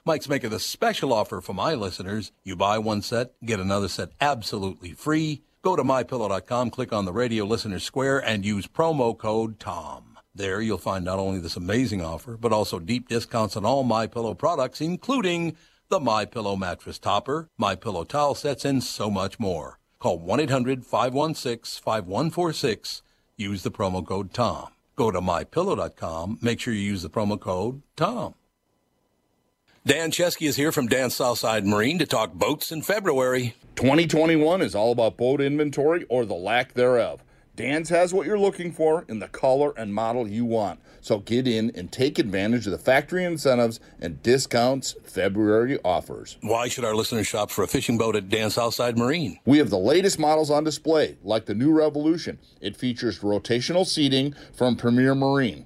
A: Mike's making a special offer for my listeners. You buy one set, get another set absolutely free. Go to mypillow.com, click on the radio listener square, and use promo code TOM. There you'll find not only this amazing offer, but also deep discounts on all My Pillow products, including the My Pillow mattress topper, My Pillow towel sets, and so much more. Call 1-800-516-5146. Use the promo code TOM. Go to mypillow.com. Make sure you use the promo code TOM. Dan Chesky is here from Dan's Southside Marine to talk boats in February.
H: 2021 is all about boat inventory or the lack thereof. Dan's has what you're looking for in the color and model you want. So get in and take advantage of the factory incentives and discounts February offers.
A: Why should our listeners shop for a fishing boat at Dan's Southside Marine?
H: We have the latest models on display, like the new Revolution. It features rotational seating from Premier Marine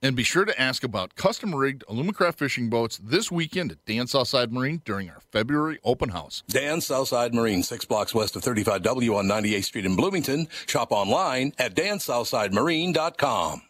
I: And be sure to ask about custom rigged Alumacraft fishing boats this weekend at Dan Southside Marine during our February open house.
J: Dan Southside Marine, six blocks west of 35W on 98th Street in Bloomington. Shop online at dansouthsidemarine.com.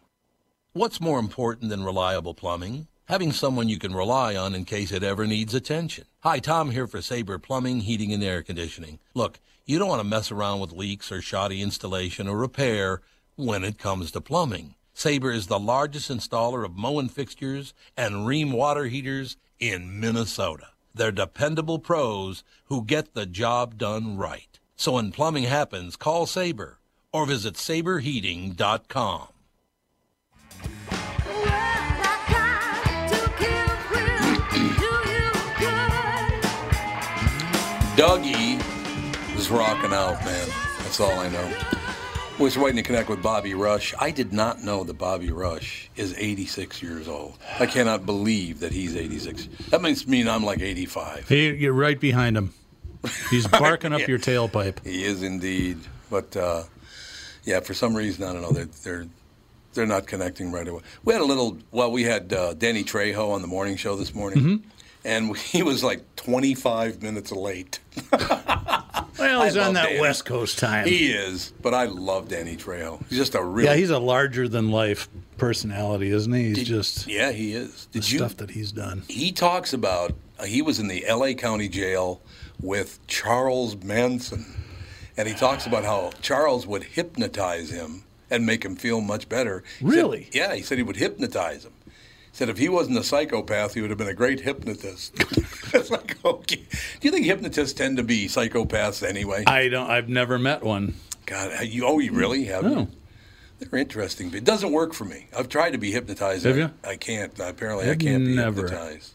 J: What's more important than reliable plumbing? Having someone you can rely on in case it ever needs attention. Hi, Tom here for Sabre Plumbing, Heating, and Air Conditioning. Look, you don't want to mess around with leaks or shoddy installation or repair when it comes to plumbing. Sabre is the largest installer of Moen fixtures and Ream water heaters in Minnesota. They're dependable pros who get the job done right. So when plumbing happens, call Sabre or visit saberheating.com.
A: Dougie is rocking out, man. That's all I know. Was waiting to connect with Bobby Rush. I did not know that Bobby Rush is 86 years old. I cannot believe that he's 86. That must mean I'm like 85.
B: He, you're right behind him.
G: (laughs)
B: He's barking up
A: Yeah.
B: your tailpipe.
A: He is indeed. But uh, yeah, for some reason I don't know they're they're they're not connecting right away. We had a little. Well, we had uh, Danny Trejo on the morning show this morning,
B: Mm-hmm.
A: and (laughs) he was like 25 minutes late.
B: Well, he's
A: I
B: on
A: love
B: that
A: Danny.
B: West Coast time.
A: He is, but I love Danny Trejo. He's just a real.
B: Yeah, he's a larger than life personality, isn't he? He's just
A: yeah, he is.
B: the
A: Did you?
B: stuff that he's done.
A: He talks about uh, he was in the L.A. County Jail with Charles Manson, and he talks about how Charles would hypnotize him and make him feel much better. He said-
B: Really?
A: yeah, he said he would hypnotize him. He said if he wasn't a psychopath, he would have been a great hypnotist. (laughs) it's like okay. Do you think hypnotists tend to be psychopaths anyway?
B: I don't. I've never met one.
A: God, you oh, you really have?
B: Hmm. No.
A: They're interesting, but it doesn't work for me. I've tried to be hypnotized.
B: Have
A: I,
B: you?
A: I can't. Apparently, I
B: I've
A: can't be
B: never.
A: hypnotized.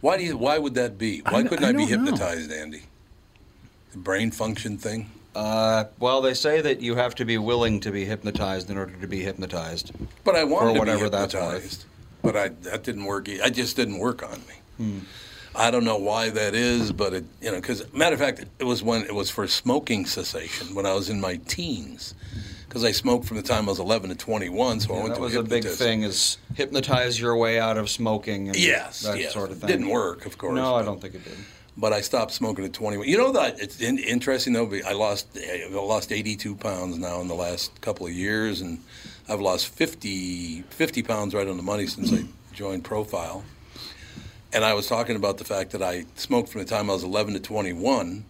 A: Why do you? Why would that be? Why
B: I-
A: couldn't
B: I
A: I, be
B: don't know.
A: hypnotized, Andy? The brain function thing.
C: Uh, well, they say that you have to be willing to be hypnotized in order to be hypnotized.
A: But I wanted
C: Or whatever
A: to be
C: that's worth.
A: hypnotized. But I that didn't work. e- I just didn't work on me.
C: Hmm.
A: I don't know why that is, but it you know because matter of fact, it was when it was for smoking cessation when I was in my teens. Because I smoked from the time I was 11 to 21, so I
C: Yeah,
A: went
C: that
A: to
C: was
A: a
C: a big
A: hypnotist.
C: thing is hypnotize your way out of smoking and
A: Yes,
C: that
A: yes.
C: sort of thing.
A: Didn't work, of course,
C: No, I
A: but-
C: don't think it did.
A: but I stopped smoking at 21. You know that it's in, interesting though. I lost I lost 82 pounds now in the last couple of years, and I've lost 50 50 pounds right on the money since I joined Profile. And I was talking about the fact that I smoked from the time I was 11 to 21,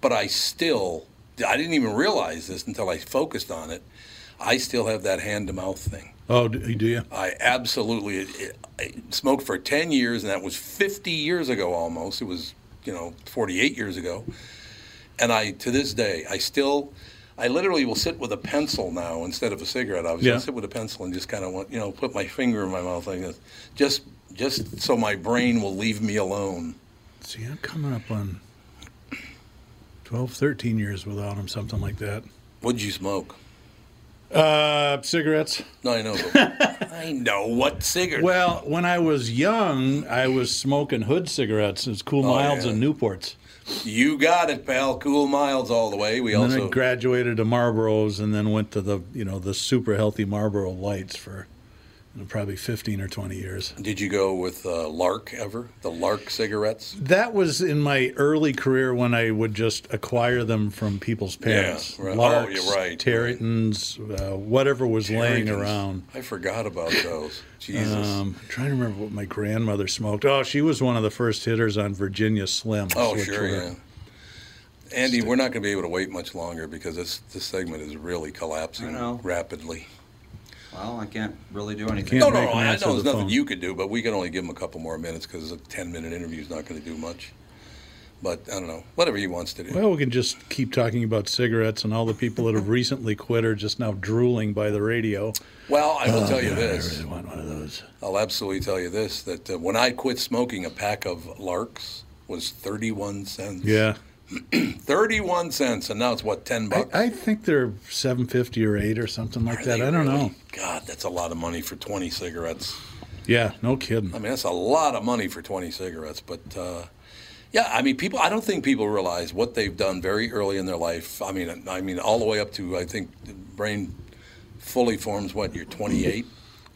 A: but I still I didn't even realize this until I focused on it. I still have that hand to mouth thing.
B: Oh, do, do you?
A: I absolutely it, it, I smoked for 10 years, and that was 50 years ago almost. It was, you know, 48 years ago. And I, to this day, I still, I literally will sit with a pencil now instead of a cigarette. Obviously,
B: Yeah.
A: I'll sit with a pencil and just kind of want, you know, put my finger in my mouth like this, just, just so my brain will leave me alone.
B: See, I'm coming up on 12, 13 years without him, something like that.
A: What'd you smoke?
B: Uh, cigarettes.
A: No, I know.
B: (laughs)
A: but- I know what cigarette.
B: Well, when I was young, I was smoking hood cigarettes. It's Cool
A: Oh,
B: Milds
A: yeah.
B: and Newports.
A: you got it, pal. Cool miles all the way. We
B: And then I
A: also
B: graduated to Marlboros, and then went to the you know the super healthy Marlboro Lights for you know, probably fifteen or twenty years.
A: did you go with uh, Lark ever? The Lark cigarettes.
B: That was in my early career when I would just acquire them from people's parents.
A: Yeah, right. Oh,
B: Larks,
A: you're right,
B: Territons, uh, whatever was laying
A: Harringtons.
B: around.
A: I forgot about
B: (laughs)
A: those. Jesus.
B: Um, I'm trying to remember what my grandmother smoked. Oh, she was one of the first hitters on Virginia Slim.
A: oh, sure, yeah. Andy, we're not going to be able to wait much longer because this this segment is really collapsing
C: I know.
A: rapidly.
C: Well, I can't really do anything.
B: can't-
A: No, no,
B: make
A: no.
B: them
A: I know
B: answer
A: there's
B: the
A: nothing
B: phone.
A: you could do, but we can only give him a couple more minutes because a 10 minute interview is not going to do much. But I don't know. Whatever he wants to do.
B: Well, we can just keep talking about cigarettes and all the people that
A: (laughs)
B: have recently quit are just now drooling by the radio.
A: Well, I will tell you
B: God,
A: this.
B: I really want one of those.
A: I'll absolutely tell you this that uh, when I quit smoking, a pack of Larks was 31 cents.
B: Yeah,
A: 31 cents. And now it's what, 10
B: I,
A: bucks?
B: I think they're seven fifty or eight or something like
A: Are
B: that.
A: they
B: I don't
A: really?
B: know.
A: God, that's a lot of money for 20 cigarettes.
B: Yeah, no kidding.
A: I mean, that's a lot of money for 20 cigarettes. But uh, yeah, I mean, people. I don't think people realize what they've done very early in their life. I mean, I mean, all the way up to I think the brain fully forms what you're 28.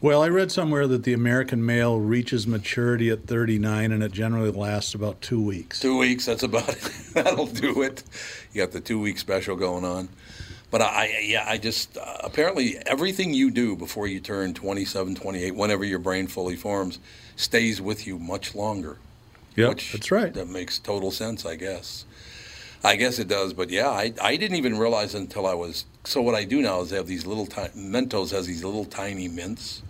B: Well, I read somewhere that the American male reaches maturity at 39 and it generally lasts about two weeks.
A: Two weeks, that's about it. (laughs) That'll do it. You got the two week special going on. But I, I yeah, I just, uh, apparently everything you do before you turn 27, 28, whenever your brain fully forms, stays with you much longer.
B: Yep, that's right.
A: That makes total sense, I guess. I guess it does, but yeah, I, I didn't even realize until I was. So what I do now is I have these little tiny Mentos has these little tiny mints,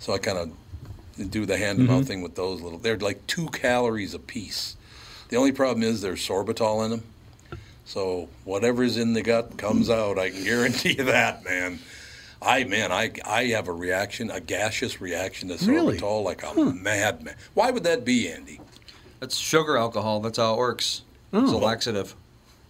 A: so I kind of do the hand to mouth
B: Mm-hmm.
K: Mhm.
A: thing with those little. They're like two calories a piece. The only problem is there's sorbitol in them, so whatever's in the gut comes out. I can guarantee you that, man. I man, I I have a reaction, a gaseous reaction to
C: Really?
A: sorbitol, like a madman. Why would that be, Andy?
C: That's sugar alcohol. That's how it works. It's a laxative.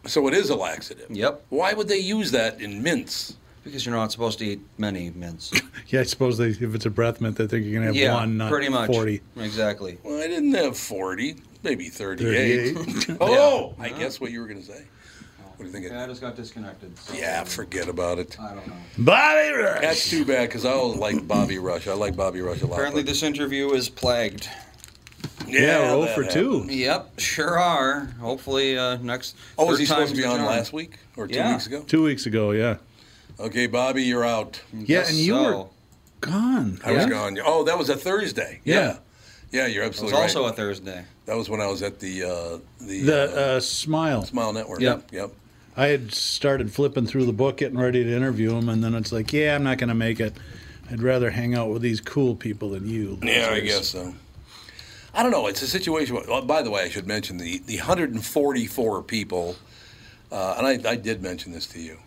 A: So it is a laxative.
C: Yep.
A: Why would they use that in mints?
C: Because you're not supposed to eat many mints.
B: Yeah, I suppose they, if it's a breath mint, they think you're going to have
C: yeah,
B: one, not
C: pretty much.
B: 40.
C: Exactly.
A: Well, I didn't have 40, maybe 38. (laughs) oh, I guess what you were going to say. What do you think?
C: I just got disconnected.
A: Yeah, forget about it. I
C: don't know.
B: Bobby Rush.
A: That's too bad because I always like Bobby Rush. I like Bobby Rush a lot.
C: Apparently, this interview is plagued.
A: Yeah, we're that 0 for 2. happened.
C: Yep, sure are. Hopefully, uh, next.
A: Oh, was
C: third
A: he supposed to
C: time's
A: be
C: the
A: on
C: charm.
A: last week or two
C: Yeah.
A: weeks ago?
B: Two weeks ago, yeah.
A: Okay, Bobby, you're out.
B: Yeah, and you were gone.
A: I was
B: right?
A: gone. Oh, that was a Thursday.
B: Yeah.
A: Yeah, you're
C: It was
A: absolutely
C: also
A: right.
C: a Thursday.
A: That was when I was at the uh, the,
B: The uh, smile.
A: Smile Network.
B: Yep.
A: Yep.
B: I had started flipping through the book, getting ready to interview him, and then it's like, yeah, I'm not going to make it. I'd rather hang out with these cool people than you.
A: Yeah, I
B: losers."
A: guess so. I don't know. It's a situation. Well, by the way, I should mention the, the 144 people, uh, and I, I did mention this to you,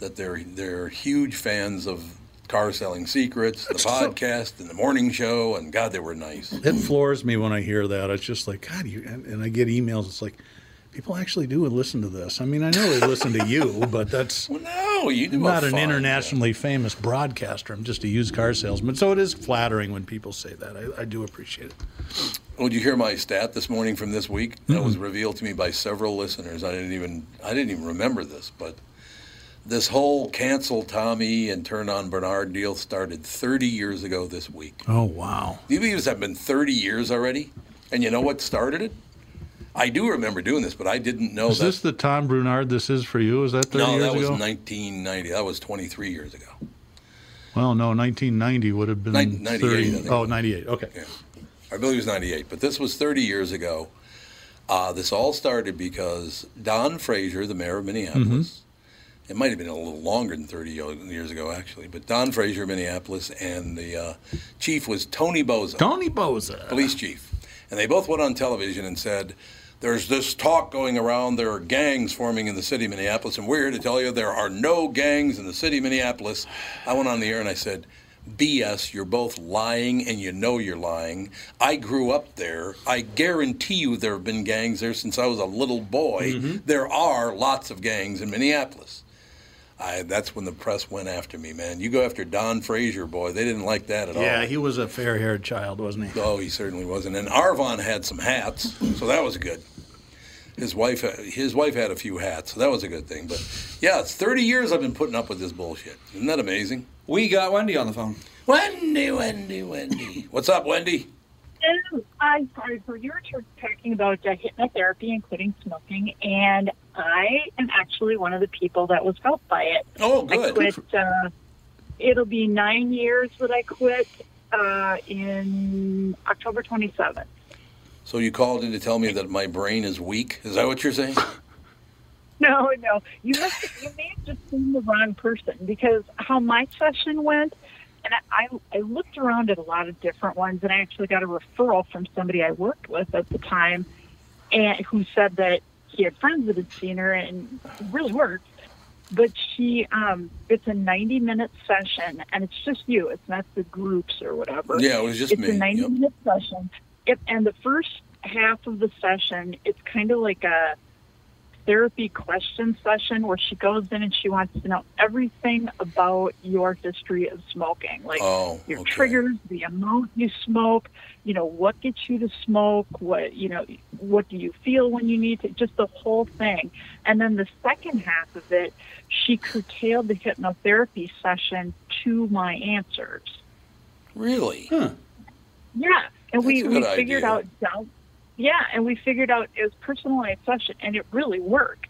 A: that they're they're huge fans of Car Selling Secrets, the podcast, and the morning show, and God, they were nice.
B: It floors me when I hear that. It's just like, God, you, and, and I get emails. It's like, people actually do listen to this. I mean, I know they listen to (laughs) you, but that's
A: no, you do
B: I'm
A: a
B: not an
A: fine
B: internationally famous broadcaster. I'm just a used car salesman. So it is flattering when people say that. I, I do appreciate it.
A: Well, Oh, did you hear my stat this morning from this week? That was revealed to me by several listeners. I didn't even I didn't even remember this, but this whole cancel Tommy and turn on Bernard deal started 30 years ago this week.
B: Oh wow!
A: Do you believe this has been 30 years already? And you know what started it? I do remember doing this, but I didn't know
B: is
A: that.
B: this the Tom Brunard? This is for you? Is that 30
A: no,
B: years
A: that was
B: ago?
A: 1990. That was 23 years ago.
B: well, no, 1990 would have been
A: Nin- 98,
B: 30.
A: I think.
B: Oh, 98. Okay.
A: I believe it was 98, but this was 30 years ago. Uh, this all started because Don Frazier, the mayor of Minneapolis, it might have been a little longer than 30 yo- years ago, actually, but Don Frazier of Minneapolis and the uh, chief was Tony Boza.
B: Tony Boza.
A: Police chief. And they both went on television and said, there's this talk going around. There are gangs forming in the city of Minneapolis, and we're here to tell you there are no gangs in the city of Minneapolis. I went on the air and I said, BS, you're both lying and you know you're lying. I grew up there. I guarantee you there have been gangs there since I was a little boy. There are lots of gangs in Minneapolis. I, that's when the press went after me, man. You go after Don Frazier, boy. They didn't like that at all.
B: Yeah, he was a fair haired child, wasn't he?
A: Oh, he certainly wasn't. And Arvon had some hats, so that was good. His wife, uh, his wife had a few hats, so that was a good thing. But yeah, it's 30 years I've been putting up with this bullshit. Isn't that amazing?
C: We got Wendy on the phone.
A: Wendy, Wendy, Wendy. What's up, Wendy?
H: Oh, I'm sorry. So you were t- talking about uh, hypnotherapy and quitting smoking, and I am actually one of the people that was helped by it.
A: Oh,
H: I
A: good.
H: quit. Uh, it'll be nine years that I quit uh, in October 27th.
A: So you called in to tell me that my brain is weak? Is that what you're
C: (laughs)
A: saying?
H: (laughs) No, no. You must you may have just seen the wrong person because how my session went, and I, I I looked around at a lot of different ones, and I actually got a referral from somebody I worked with at the time, and who said that he had friends that had seen her and it really worked. But she, um, it's a 90 minute session, and it's just you. It's not the groups or whatever.
A: Yeah, it was just
H: it's
A: me,
H: a 90
A: yep.
H: minute session. It, and the first half of the session, it's kind of like a therapy question session where she goes in and she wants to know everything about your history of smoking, like
A: Oh,
H: your triggers, the amount you smoke, you know, what gets you to smoke, what you know, what do you feel when you need to, just the whole thing. And then the second half of it, she curtailed the hypnotherapy session to my answers.
A: Really?
H: Yeah, and we,
A: That's a
H: we
A: good
H: figured
A: idea.
H: out down, yeah, and we figured out it was personalized session, and it really worked.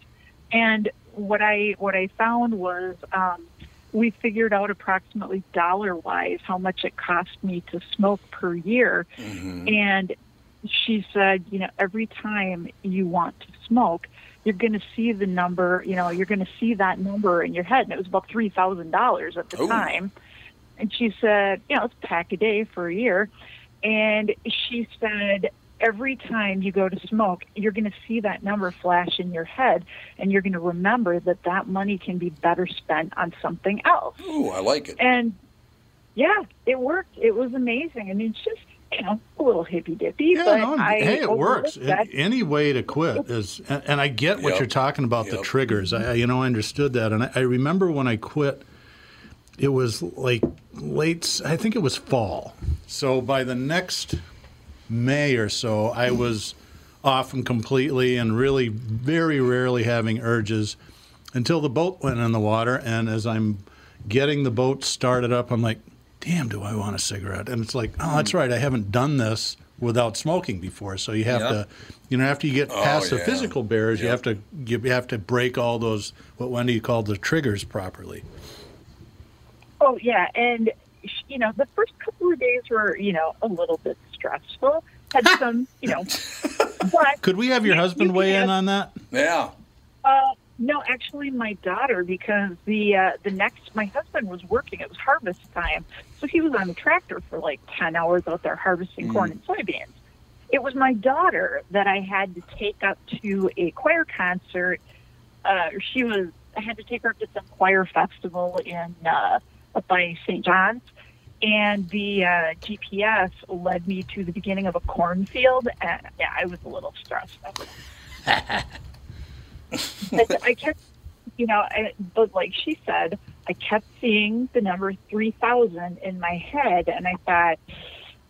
H: And what I what I found was um, we figured out approximately dollar wise how much it cost me to smoke per year,
A: Mm-hmm.
H: and she said, you know, every time you want to smoke, you're going to see the number, you know, you're going to see that number in your head, and it was about three thousand dollars at the
K: Oh.
H: time. And she said, you know, it's a pack a day for a year. And she said, every time you go to smoke, you're going to see that number flash in your head, and you're going to remember that that money can be better spent on something else.
A: Ooh, I like it.
H: And yeah, it worked. It was amazing. I mean, it's just you know a little hippy dippy,
B: Yeah,
H: but
B: no, I'm-
H: I
B: hey, it
H: overlooked
B: works. It-
H: that.
B: any way to quit is, and, and I get what
A: Yep.
B: you're talking about the triggers. I, I- you know, I understood that, and I, I remember when I quit. It was like late. s- I think it was fall. So by the next May or so, I was off them completely and really very rarely having urges until the boat went in the water. And as I'm getting the boat started up, I'm like, damn, do I want a cigarette? And it's like, oh, that's right. I haven't done this without smoking before. So you have
L: Yeah.
B: to, you know, after you get
L: Oh,
B: past the
L: yeah.
B: physical barriers, you have to you have to break all those what Wendy called the triggers properly.
H: Oh yeah, and sh- you know the first couple of days were you know a little bit stressful. Had some you
B: (laughs)
H: know, but
B: Could we have your husband weigh in on that?
A: Yeah.
H: Uh, no, actually, my daughter, because the uh, the next, my husband was working. It was harvest time, so he was on the tractor for like ten hours out there harvesting corn and soybeans. It was my daughter that I had to take up to a choir concert. Uh, she was I had to take her up to some choir festival in uh, up by St. John's, and the uh, GPS led me to the beginning of a cornfield, and yeah, I was a little stressed. out. But I kept, you know, I, but like she said, I kept seeing the number 3,000 in my head, and I thought,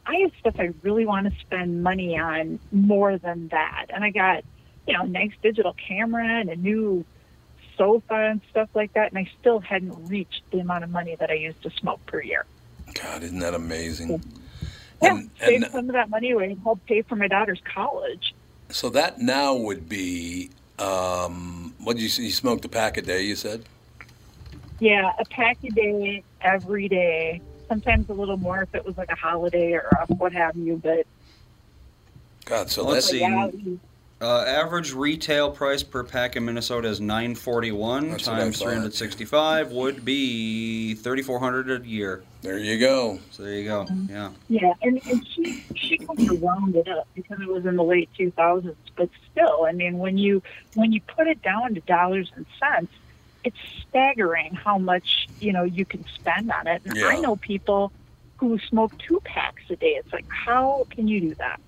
H: I have stuff I really want to spend money on more than that. And I got, you know, a nice digital camera and a new sofa and stuff like that, and I still hadn't reached the amount of money that I used to smoke per year.
A: God, isn't that amazing?
H: Yeah, saved some of that money away and helped pay for my daughter's college.
A: So that now would be, um, what did you say? You smoked a pack a day, you said?
H: Yeah, a pack a day every day. Sometimes a little more if it was like a holiday or a what have you. But
A: God, so
C: Let's
A: that's
C: see. Uh, average retail price per pack in Minnesota is nine forty one
A: That's what I
C: times
A: thought.
C: three hundred sixty five would be thirty four hundred a year.
A: There you go.
C: So there you go. Yeah.
H: yeah, and, and she she kind of rounded up because it was in the late two thousands. But still, I mean, when you when you put it down to dollars and cents, it's staggering how much you know you can spend on it. And I
A: Yeah.
H: know people who smoke two packs a day. It's like, how can you do that?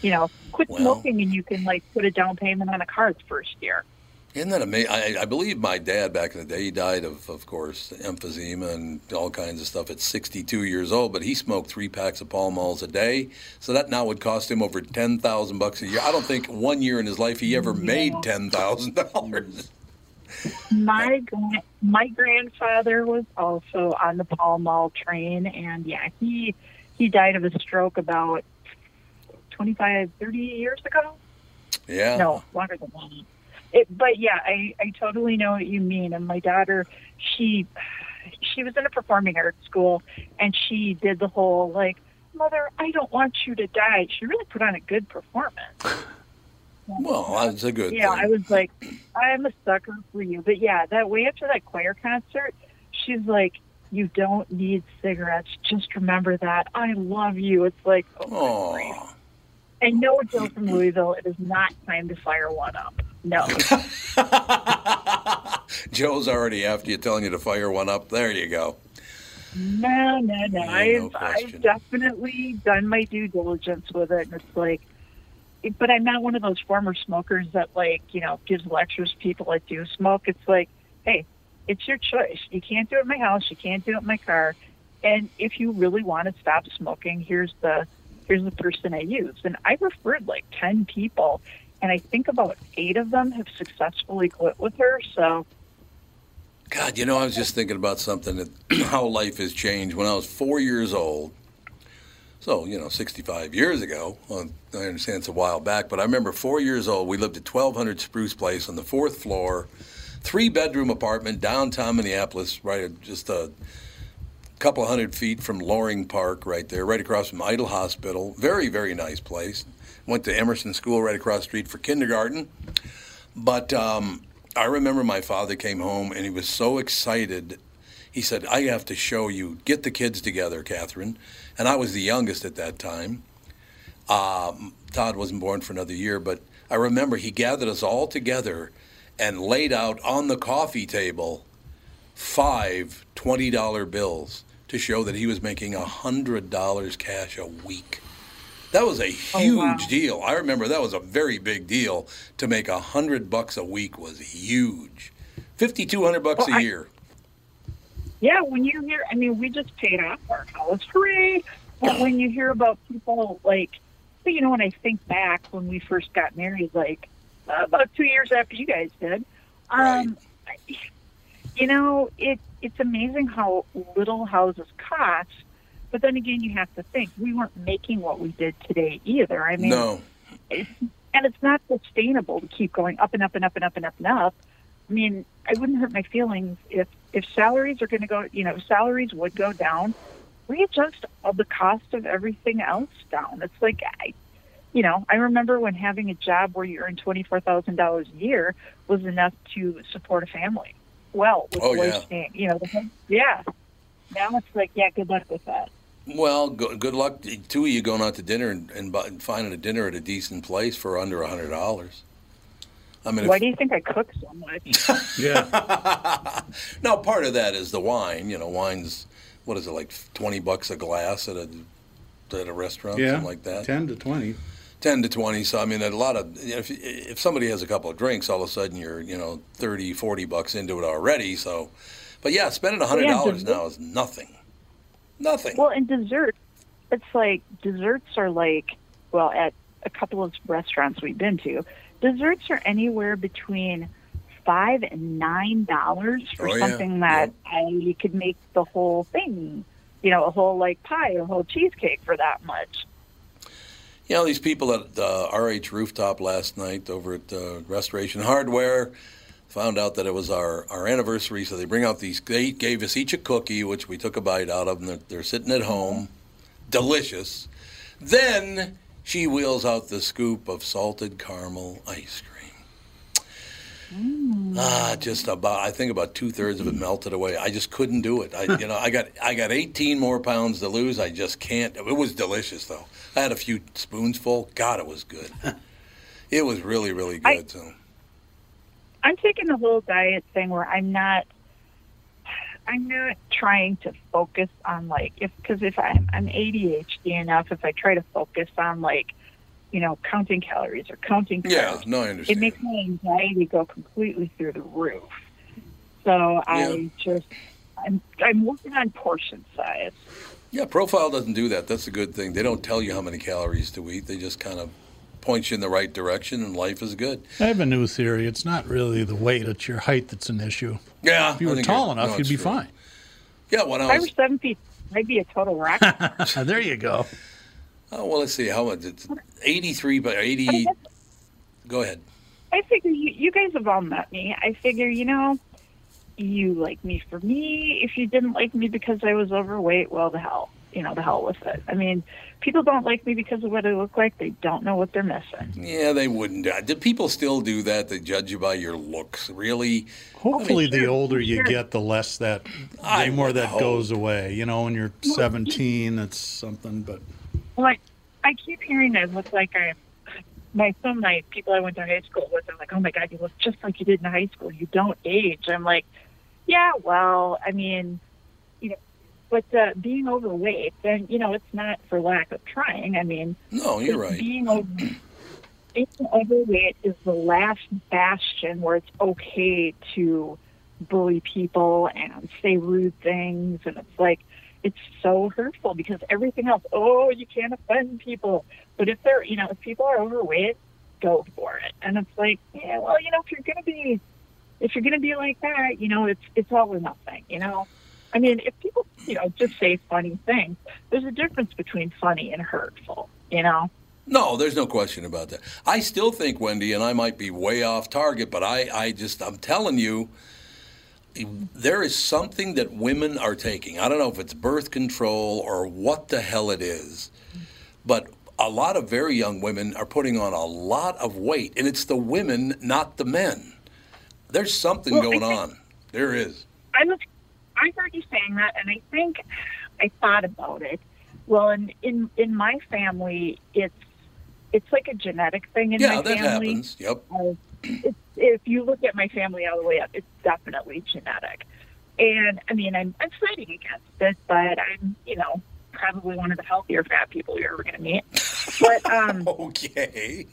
H: You know, quit smoking and you can like put a down payment on a car the first year.
A: Isn't that amazing? I, I believe my dad back in the day, he died of, of course, emphysema and all kinds of stuff at 62 years old, but he smoked three packs of Pall Malls a day. So that now would cost him over 10000 bucks a year. I don't think one year in his life he ever made $10,000.
H: My gran- my grandfather was also on the Pall Mall train, and yeah, he he died of a stroke about 25, 30 years ago.
A: Yeah.
H: No, longer than that. It, but yeah, I I totally know what you mean. And my daughter, she she was in a performing arts school, and she did the whole like, mother, I don't want you to die. She really put on a good performance.
A: Well, that's a good
H: yeah,
A: thing.
H: I was like, I'm a sucker for you. But yeah, that way after that choir concert, she's like, you don't need cigarettes. Just remember that. I love you. It's like, oh, my grief. and no Joe from Louisville. It is not time to fire one up. No.
A: Joe's already after you, telling you to fire one up. There you go.
H: No, no, no. I've,
A: question.
H: I've definitely done my due diligence with it. And it's like, it- but I'm not one of those former smokers that, like, you know, gives lectures to people that do smoke. It's like, hey, it's your choice. You can't do it in my house. You can't do it in my car. And if you really want to stop smoking, here's the here's the person I used. And I referred like 10 people, and I think about eight of them have successfully quit with her. So
A: God, you know, I was just thinking about something that (clears throat) how life has changed. When I was four years old, so you know, 65 years ago. Well, I understand it's a while back, but I remember four years old. We lived at 1200 Spruce Place on the fourth floor, three bedroom apartment downtown Minneapolis, right at just a couple hundred feet from Loring Park, right there, right across from Idle Hospital. Very, very nice place. Went to Emerson School right across the street for kindergarten. But um, I remember my father came home and he was so excited. He said, I have to show you, get the kids together, Catherine. And I was the youngest at that time. Um, Todd wasn't born for another year, but I remember he gathered us all together and laid out on the coffee table five $20 bills to show that he was making $100 cash a week. That was a
H: Oh,
A: huge deal. I remember that was a very big deal. To make a hundred bucks a week was huge. Fifty two hundred bucks
H: Well,
A: a
H: I-
A: year.
H: Yeah, when you hear, I mean, we just paid off our college, hooray! But when you hear about people like, but, you know, when I think back when we first got married, like uh, about two years after you guys did, um, I- you know, it it's amazing how little houses cost. But then again, you have to think we weren't making what we did today either. I mean,
A: no.
H: and it's not sustainable to keep going up and up and up and up and up and up. I mean, I wouldn't hurt my feelings if if salaries are going to go, you know, salaries would go down. Readjust all the cost of everything else down. It's like I, you know, I remember when having a job where you earn twenty four thousand dollars a year was enough to support a family. Well, with
A: Oh,
H: the way
A: yeah.
H: thing- you know, the, yeah. Now it's like, yeah, good luck with that.
A: Well, go, good luck to two of you going out to dinner and, and, bu- and finding a dinner at a decent place for under a hundred dollars. I mean,
H: Why
A: if,
H: do you think I cook so much?
A: now part of that is the wine. You know, wine's what is it like twenty bucks a glass at a at a restaurant,
B: Yeah,
A: something like that.
B: ten to twenty.
A: 10 to 20 so i mean a lot of if, if somebody has a couple of drinks all of a sudden you're you know 30 40 bucks into it already so but yeah spending a $100
H: Yeah, but-
A: now is nothing Nothing.
H: Well, and dessert, it's like desserts are like, well, at a couple of restaurants we've been to, desserts are anywhere between five and nine dollars for
K: Oh, yeah.
H: something that I could make the whole thing, you know, a whole like pie, a whole cheesecake for that much.
A: you know these people at uh, rh rooftop last night over at uh, restoration hardware found out that it was our, our anniversary so they bring out these they gave us each a cookie which we took a bite out of and they're, they're sitting at home delicious then she wheels out the scoop of salted caramel ice cream Ah, just about. I think about two thirds of it melted away. I just couldn't do it. I, you know, I got I got 18 more pounds to lose. I just can't. It was delicious though. I had a few spoonsful. God, it was good. it was really, really good.
H: I-
A: so.
H: I'm taking the whole diet thing where I'm not, I'm not trying to focus on like if because if I'm I'm ADHD enough, if I try to focus on like, you know, counting calories or counting,
A: Yeah, no, I
H: calories, it
A: understand.
H: makes my anxiety go completely through the roof. So I just I'm I'm working on portion size.
A: Yeah, profile doesn't do that. That's a good thing. They don't tell you how many calories to eat. They just kind of point you in the right direction, and life is good.
B: I have a new theory. It's not really the weight; it's your height that's an issue.
A: Yeah,
B: If you
A: I
B: were
A: think
B: tall
A: you're-
B: enough,
A: no,
B: you'd
A: it's
B: be
A: true.
B: fine.
A: Yeah, when
H: If
A: I
H: I
A: was
H: were seven feet, I'd be a
A: (laughs)
H: total rock.
B: (laughs) there you go.
A: Oh, well, let's see how much. It's 83 by 80. Go ahead.
H: I figure you, you guys have all met me. I figure, you know, you like me for me. If you didn't like me because I was overweight, well, the hell, you know, the hell with it. I mean, people don't like me because of what I look like. They don't know what they're missing.
A: Yeah, they wouldn't. Uh, Do people still do that? They judge you by your looks, really?
B: Hopefully,
A: I mean,
B: the older you get, the less that, the more
A: would
B: that
A: hope.
B: goes away. You know, when you're 17, it's something. But
H: Like, I keep hearing I look like I'm. My some my people I went to high school with, they're like, "Oh my God, you look just like you did in high school. You don't age." I'm like, "Yeah, well, I mean, you know, but uh, being overweight, then you know, it's not for lack of trying. I mean,
A: No, Oh, you're
H: it's
A: right.
H: Being, over, being overweight is the last bastion where it's okay to bully people and say rude things, and it's like it's so hurtful because everything else. Oh, you can't offend people, but if they're you know if people are overweight, go for it. And it's like, yeah, well, you know, if you're gonna be if you're going to be like that, you know, it's it's all or nothing. You know, I mean, if people, you know, just say funny things, there's a difference between funny and hurtful. You know.
A: No, there's no question about that. I still think Wendy, and I might be way off target, but I, I just, I'm telling you, there is something that women are taking. I don't know if it's birth control or what the hell it is, but a lot of very young women are putting on a lot of weight, and it's the women, not the men. There's something
H: Well, I
A: going
H: think-
A: on. There is.
H: I was, I heard you saying that, and I think I thought about it. Well, in in in my family, it's it's like a genetic thing in
A: yeah,
H: my
A: that
H: family.
A: happens. Yep.
H: Uh, it's, if you look at my family all the way up, it's definitely genetic. And I mean, I'm I'm fighting against it, but I'm you know probably one of the healthier fat people you're ever going to meet. But um,
A: okay.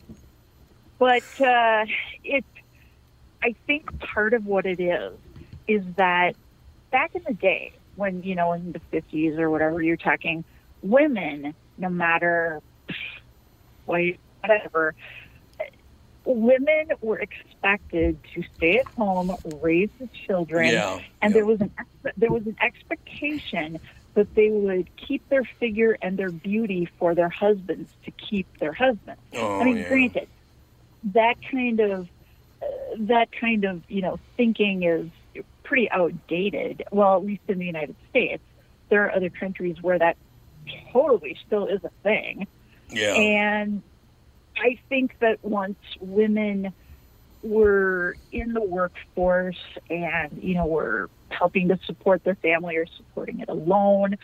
H: but uh, it, I think part of what it is is that back in the day, when you know in the fifties or whatever you're talking, women, no matter white, whatever, women were expected to stay at home, raise the children,
K: Yeah,
H: and there was an ex- there was an expectation that they would keep their figure and their beauty for their husbands to keep their husbands.
K: Oh,
H: I mean,
K: yeah.
H: granted, that kind of uh, that kind of you know thinking is pretty outdated. Well, at least in the United States, there are other countries where that totally still is a thing.
A: Yeah.
H: And I think that once women were in the workforce and, you know, were helping to support their family or supporting it alone,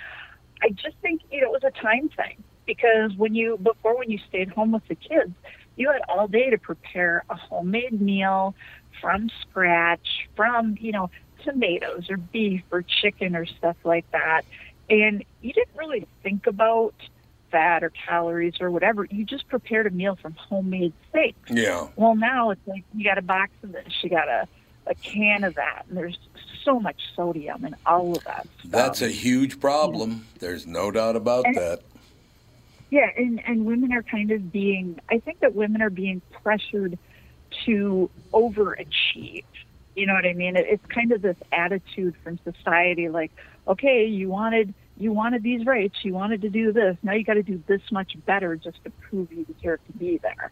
H: I just think you know, it was a time thing because when you, before when you stayed home with the kids, you had all day to prepare a homemade meal from scratch, from, you know, tomatoes or beef or chicken or stuff like that. And you didn't really think about fat or calories or whatever. You just prepared a meal from homemade steak.
A: Yeah.
H: Well, now it's like you got a box of this, you got a, a can of that, and there's so much sodium in all of that.
A: That's a huge problem. There's no doubt about
H: And-
A: that.
H: Yeah, and, and women are kind of being, I think that women are being pressured to overachieve. You know what I mean? It, it's kind of this attitude from society like, okay, you wanted you wanted these rights, you wanted to do this, now you got to do this much better just to prove you deserve to be there.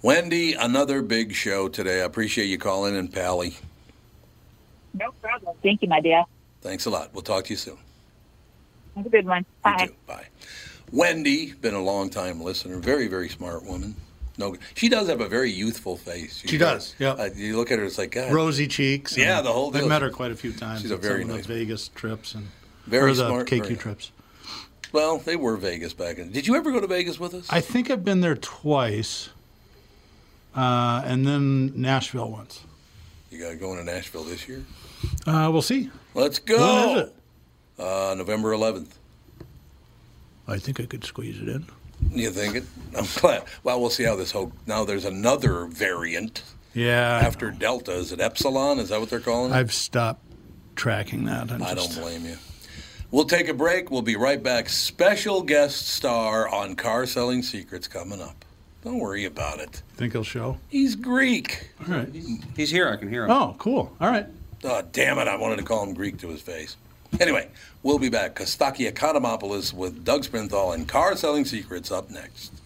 A: Wendy, another big show today. I appreciate you calling in, Pally.
H: No problem. Thank you, my dear.
A: Thanks a lot. We'll talk to you soon.
H: Have a good one. Bye.
A: Wendy, been a long time listener, very very smart woman. No, she does have a very youthful face.
B: She does,
A: Yeah, you look at her, it's like God,
B: Rosy cheeks.
A: Yeah,
B: and
A: the whole deal.
B: I've met her quite a few times.
A: She's a
B: at
A: very
B: some of
A: nice-
B: the Vegas trips and
A: Very
B: or the
A: smart,
B: KQ
A: very-
B: trips.
A: Well, they were Vegas back in. Did you ever go to Vegas with us?
B: I think I've been there twice, uh, and then Nashville once.
A: You got going to Nashville this year?
B: Uh, we'll see.
A: Let's go. Uh, November 11th.
B: I think I could squeeze it in.
A: You think it? (laughs) I'm glad. Well, we'll see how this whole. Now there's another variant
B: Yeah,
A: after Delta. Is it Epsilon? Is that what they're calling it?
B: I've stopped tracking that. I'm
A: Mm. I don't
B: just-
A: blame you. We'll take a break. We'll be right back. Special guest star on Car Selling Secrets coming up. Don't worry about it.
B: think he'll show.
A: He's Greek.
B: All right.
C: He's here. I can hear him.
B: Oh, cool. All right.
A: Oh, damn it. I wanted to call him Greek to his face. Anyway, we'll be back. Kostaki Economopoulos with Doug Sprinthal and Car Selling Secrets up next.